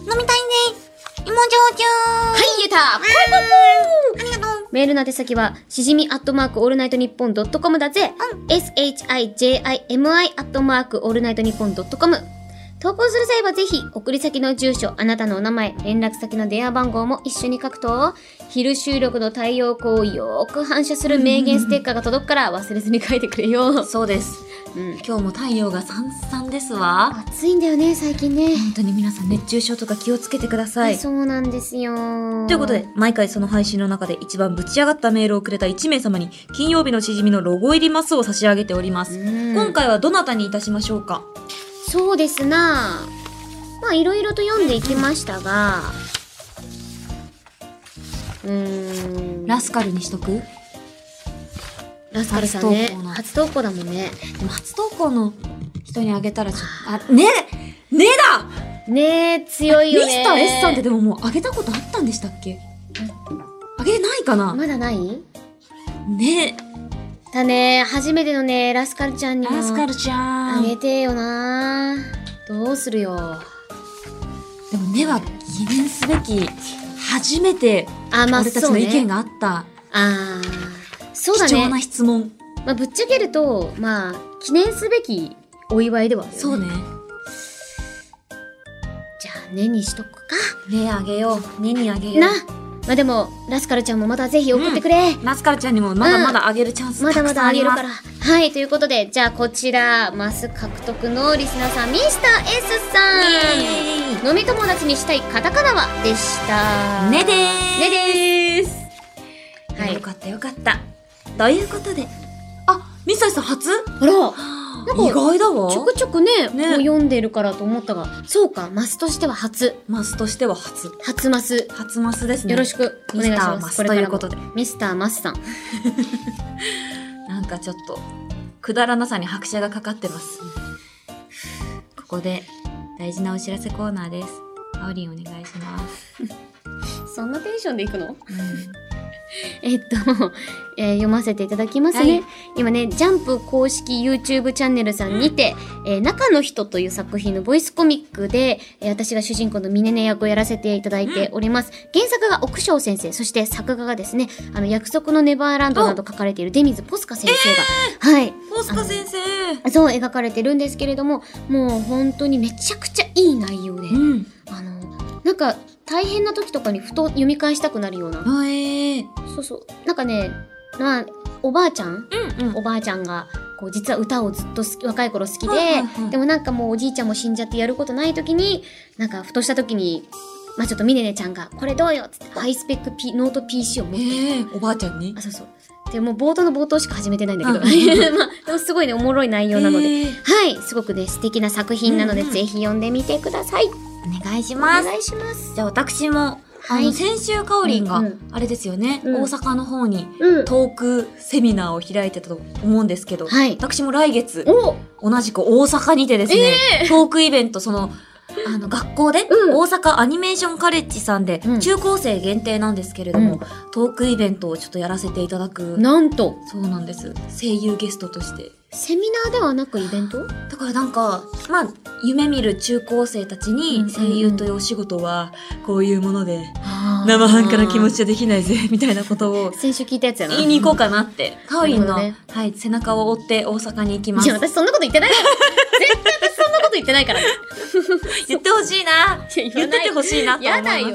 [SPEAKER 2] 飲みたいね芋焼酎
[SPEAKER 1] 言えた
[SPEAKER 2] ありがとう
[SPEAKER 1] メールの宛先は、しじみアットマークオールナイトニッポンドットコムだぜ。shijimi アットマークオールナイトニッポンドットコム。投稿する際はぜひ、送り先の住所、あなたのお名前、連絡先の電話番号も一緒に書くと、昼収録の太陽光をよーく反射する名言ステッカーが届くから忘れずに書いてくれよ。う
[SPEAKER 2] そうです。
[SPEAKER 1] ん。
[SPEAKER 2] 今日も太陽がさんさんですわ。
[SPEAKER 1] 暑いんだよね、最近ね。
[SPEAKER 2] 本当に皆さん熱中症とか気をつけてください。
[SPEAKER 1] そうなんですよ。
[SPEAKER 2] ということで、毎回その配信の中で一番ぶち上がったメールをくれた1名様に、金曜日のしじみのロゴ入りマスを差し上げております。
[SPEAKER 1] うん、
[SPEAKER 2] 今回はどなたにいたしましょうか
[SPEAKER 1] そうですなまあいろいろと読んでいきましたがうーん
[SPEAKER 2] ラスカルにしとく
[SPEAKER 1] ラスカルさんね
[SPEAKER 2] 初投稿
[SPEAKER 1] 初投
[SPEAKER 2] の
[SPEAKER 1] 稿だもんね
[SPEAKER 2] でも初投稿の人にあげたらちょっと、あ、ねねだ
[SPEAKER 1] ねえ強い
[SPEAKER 2] ミ
[SPEAKER 1] よね
[SPEAKER 2] スター S さんってでももうあげたことあったんでしたっけあげてないかな
[SPEAKER 1] まだない
[SPEAKER 2] ね
[SPEAKER 1] だね初めてのねラスカルちゃんには
[SPEAKER 2] ラスカルちゃ
[SPEAKER 1] あ
[SPEAKER 2] ん。
[SPEAKER 1] げ
[SPEAKER 2] で
[SPEAKER 1] てよなどうするよ
[SPEAKER 2] もねは記念すべき、初めて
[SPEAKER 1] あまあ
[SPEAKER 2] 俺たち
[SPEAKER 1] そう
[SPEAKER 2] の
[SPEAKER 1] ね
[SPEAKER 2] 意見があった、
[SPEAKER 1] あーそうだ
[SPEAKER 2] 貴重な
[SPEAKER 1] ね、
[SPEAKER 2] 質問。
[SPEAKER 1] まあ、ぶっちゃけるとまあ記念すべきお祝いではあるよね
[SPEAKER 2] そうね。
[SPEAKER 1] じゃあねにしとくか
[SPEAKER 2] ねあげよう。ねにあげよう。
[SPEAKER 1] なまあでもラスカルちゃんもまたぜひ送ってくれ、
[SPEAKER 2] ラスカルちゃんにもまだまだあげるチャンス
[SPEAKER 1] まだまだあげるか
[SPEAKER 2] たく
[SPEAKER 1] らはいということでじゃあこちらマス獲得のリスナーさんミスター S
[SPEAKER 2] さんあ
[SPEAKER 1] さ
[SPEAKER 2] り
[SPEAKER 1] ん
[SPEAKER 2] ます
[SPEAKER 1] 飲み友達にしたいカタカナはでした
[SPEAKER 2] ねでーす
[SPEAKER 1] ね
[SPEAKER 2] ねです
[SPEAKER 1] は
[SPEAKER 2] よ
[SPEAKER 1] い
[SPEAKER 2] かったよかったということであミサイさん初
[SPEAKER 1] あらんか
[SPEAKER 2] 意外だわ
[SPEAKER 1] ちょくちょくね
[SPEAKER 2] ね
[SPEAKER 1] もう読んでるからと思ったがそうかマスとしては初
[SPEAKER 2] マスとしては初
[SPEAKER 1] 初マス
[SPEAKER 2] 初マスですね
[SPEAKER 1] よろしくお願いします、
[SPEAKER 2] ミスターマスということで
[SPEAKER 1] ミスターマスさん
[SPEAKER 2] なんかちょっとくだらなさに拍車がかかってますここで大事なお知らせコーナーですあおりんお願いします、
[SPEAKER 1] そんなテンションでいくの
[SPEAKER 2] うん
[SPEAKER 1] えっと、 えー読ませていただきますね。
[SPEAKER 2] はい
[SPEAKER 1] 今ね、ジャンプ公式 YouTube チャンネルさんにて、えー中の人という作品のボイスコミックで、えー私が主人公のミネネ役をやらせていただいております。原作が奥翔先生、そして作画がですね、あの、約束のネバーランドなど書かれているデミズ・ポスカ先生が、はい。
[SPEAKER 2] ポスカ先生
[SPEAKER 1] そう描かれてるんですけれども、もう本当にめちゃくちゃいい内容で、
[SPEAKER 2] ん
[SPEAKER 1] あの、なんか大変な時とかにふと読み返したくなるような、
[SPEAKER 2] あえー、
[SPEAKER 1] そうそう。なんかね、まあ、おばあちゃん、
[SPEAKER 2] うんうん
[SPEAKER 1] おばあちゃんが、こう、実は歌をずっと好き、若い頃好きで、
[SPEAKER 2] はいはいはい
[SPEAKER 1] でもなんかもうおじいちゃんも死んじゃってやることない時に、なんかふとした時に、まあちょっとミネネちゃんが、これどうよっつって、ハイスペック、P、ノート PC を持って、
[SPEAKER 2] えー、おばあちゃんに
[SPEAKER 1] あ、そうそう。で、もう冒頭の冒頭しか始めてないんだけど、
[SPEAKER 2] うん
[SPEAKER 1] まあ、でもすごいね、おもろい内容なので、
[SPEAKER 2] えー
[SPEAKER 1] はい、すごくね、素敵な作品なので、
[SPEAKER 2] うんうん
[SPEAKER 1] ぜひ読んでみてください。
[SPEAKER 2] お願いし
[SPEAKER 1] お
[SPEAKER 2] ます。
[SPEAKER 1] 願いします。
[SPEAKER 2] じゃあ私も、
[SPEAKER 1] は
[SPEAKER 2] あの、
[SPEAKER 1] い。
[SPEAKER 2] 先週かおりんが
[SPEAKER 1] うんうん、
[SPEAKER 2] あれですよね、
[SPEAKER 1] うん
[SPEAKER 2] 大阪の方に、
[SPEAKER 1] うん。
[SPEAKER 2] トークセミナーを開いてたと思うんですけど、
[SPEAKER 1] はい。
[SPEAKER 2] 私も来月、
[SPEAKER 1] お
[SPEAKER 2] 同じく大阪にてですね、トークイベント、その、あの、学校で、
[SPEAKER 1] うん
[SPEAKER 2] 大阪アニメーションカレッジさんで
[SPEAKER 1] う、ん
[SPEAKER 2] 中高生限定なんですけれども、トークイベントをちょっとやらせていただく、
[SPEAKER 1] なんと、
[SPEAKER 2] そうなんです。声優ゲストとして。
[SPEAKER 1] セミナーではなくイベント
[SPEAKER 2] だからなんか、まあ、夢見る中高生たち
[SPEAKER 1] うん
[SPEAKER 2] に、声優というお仕事は、こういうもので、生
[SPEAKER 1] 生
[SPEAKER 2] 半可な気持ち。じゃできないぜ、みたいなことを、
[SPEAKER 1] 先週聞いたやつやな。
[SPEAKER 2] 言いに行こうかなって。かおりん
[SPEAKER 1] な
[SPEAKER 2] の、
[SPEAKER 1] るほ
[SPEAKER 2] はい、背中を追って大阪に行きま
[SPEAKER 1] い
[SPEAKER 2] す
[SPEAKER 1] や、。私そんなこと言ってない から。絶対私そんなこと言ってないからね。
[SPEAKER 2] 言ってほしいな。
[SPEAKER 1] いや
[SPEAKER 2] 言っててほしいなと思
[SPEAKER 1] や
[SPEAKER 2] いま
[SPEAKER 1] だ
[SPEAKER 2] す。
[SPEAKER 1] よ。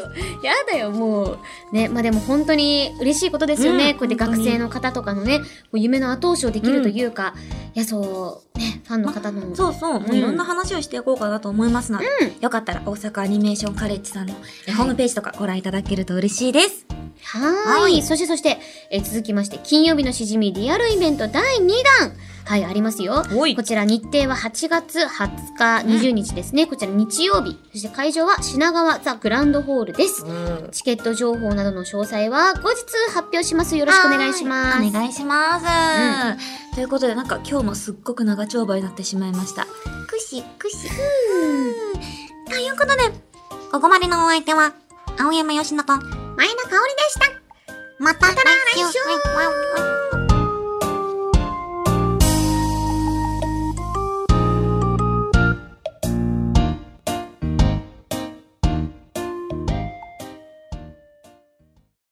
[SPEAKER 1] やだよ、もう。ね、まあでも本当に嬉しいことですよね。
[SPEAKER 2] うん
[SPEAKER 1] こうやって学生の方とかのね、こう夢の後押しをできるというか、いや、そう、ね、ファンの方の。
[SPEAKER 2] そうそう、もういろんな話をしていこうかなと思いますので、よかったら大阪アニメーションカレッジさんのえ
[SPEAKER 1] はい
[SPEAKER 2] ホームページとかご覧いただけると嬉しいです。
[SPEAKER 1] はーいそしてそして、えー続きまして、金曜日のしじみリアルイベント第2弾。はい、ありますよ。
[SPEAKER 2] おい
[SPEAKER 1] こちら日程は8月20日、20日ですね。こちら日曜日。そして会場は品川ザ・グランドホールです。
[SPEAKER 2] よ
[SPEAKER 1] チケット情報などの詳細は後日発表します。よろしくお願いします。
[SPEAKER 2] お願いします、ということで、なんか今日もすっごく長丁場になってしまいました。
[SPEAKER 3] くしくし。ということで、ここまでのお相手は、青山よしのと、前田香織でした。また来週。来週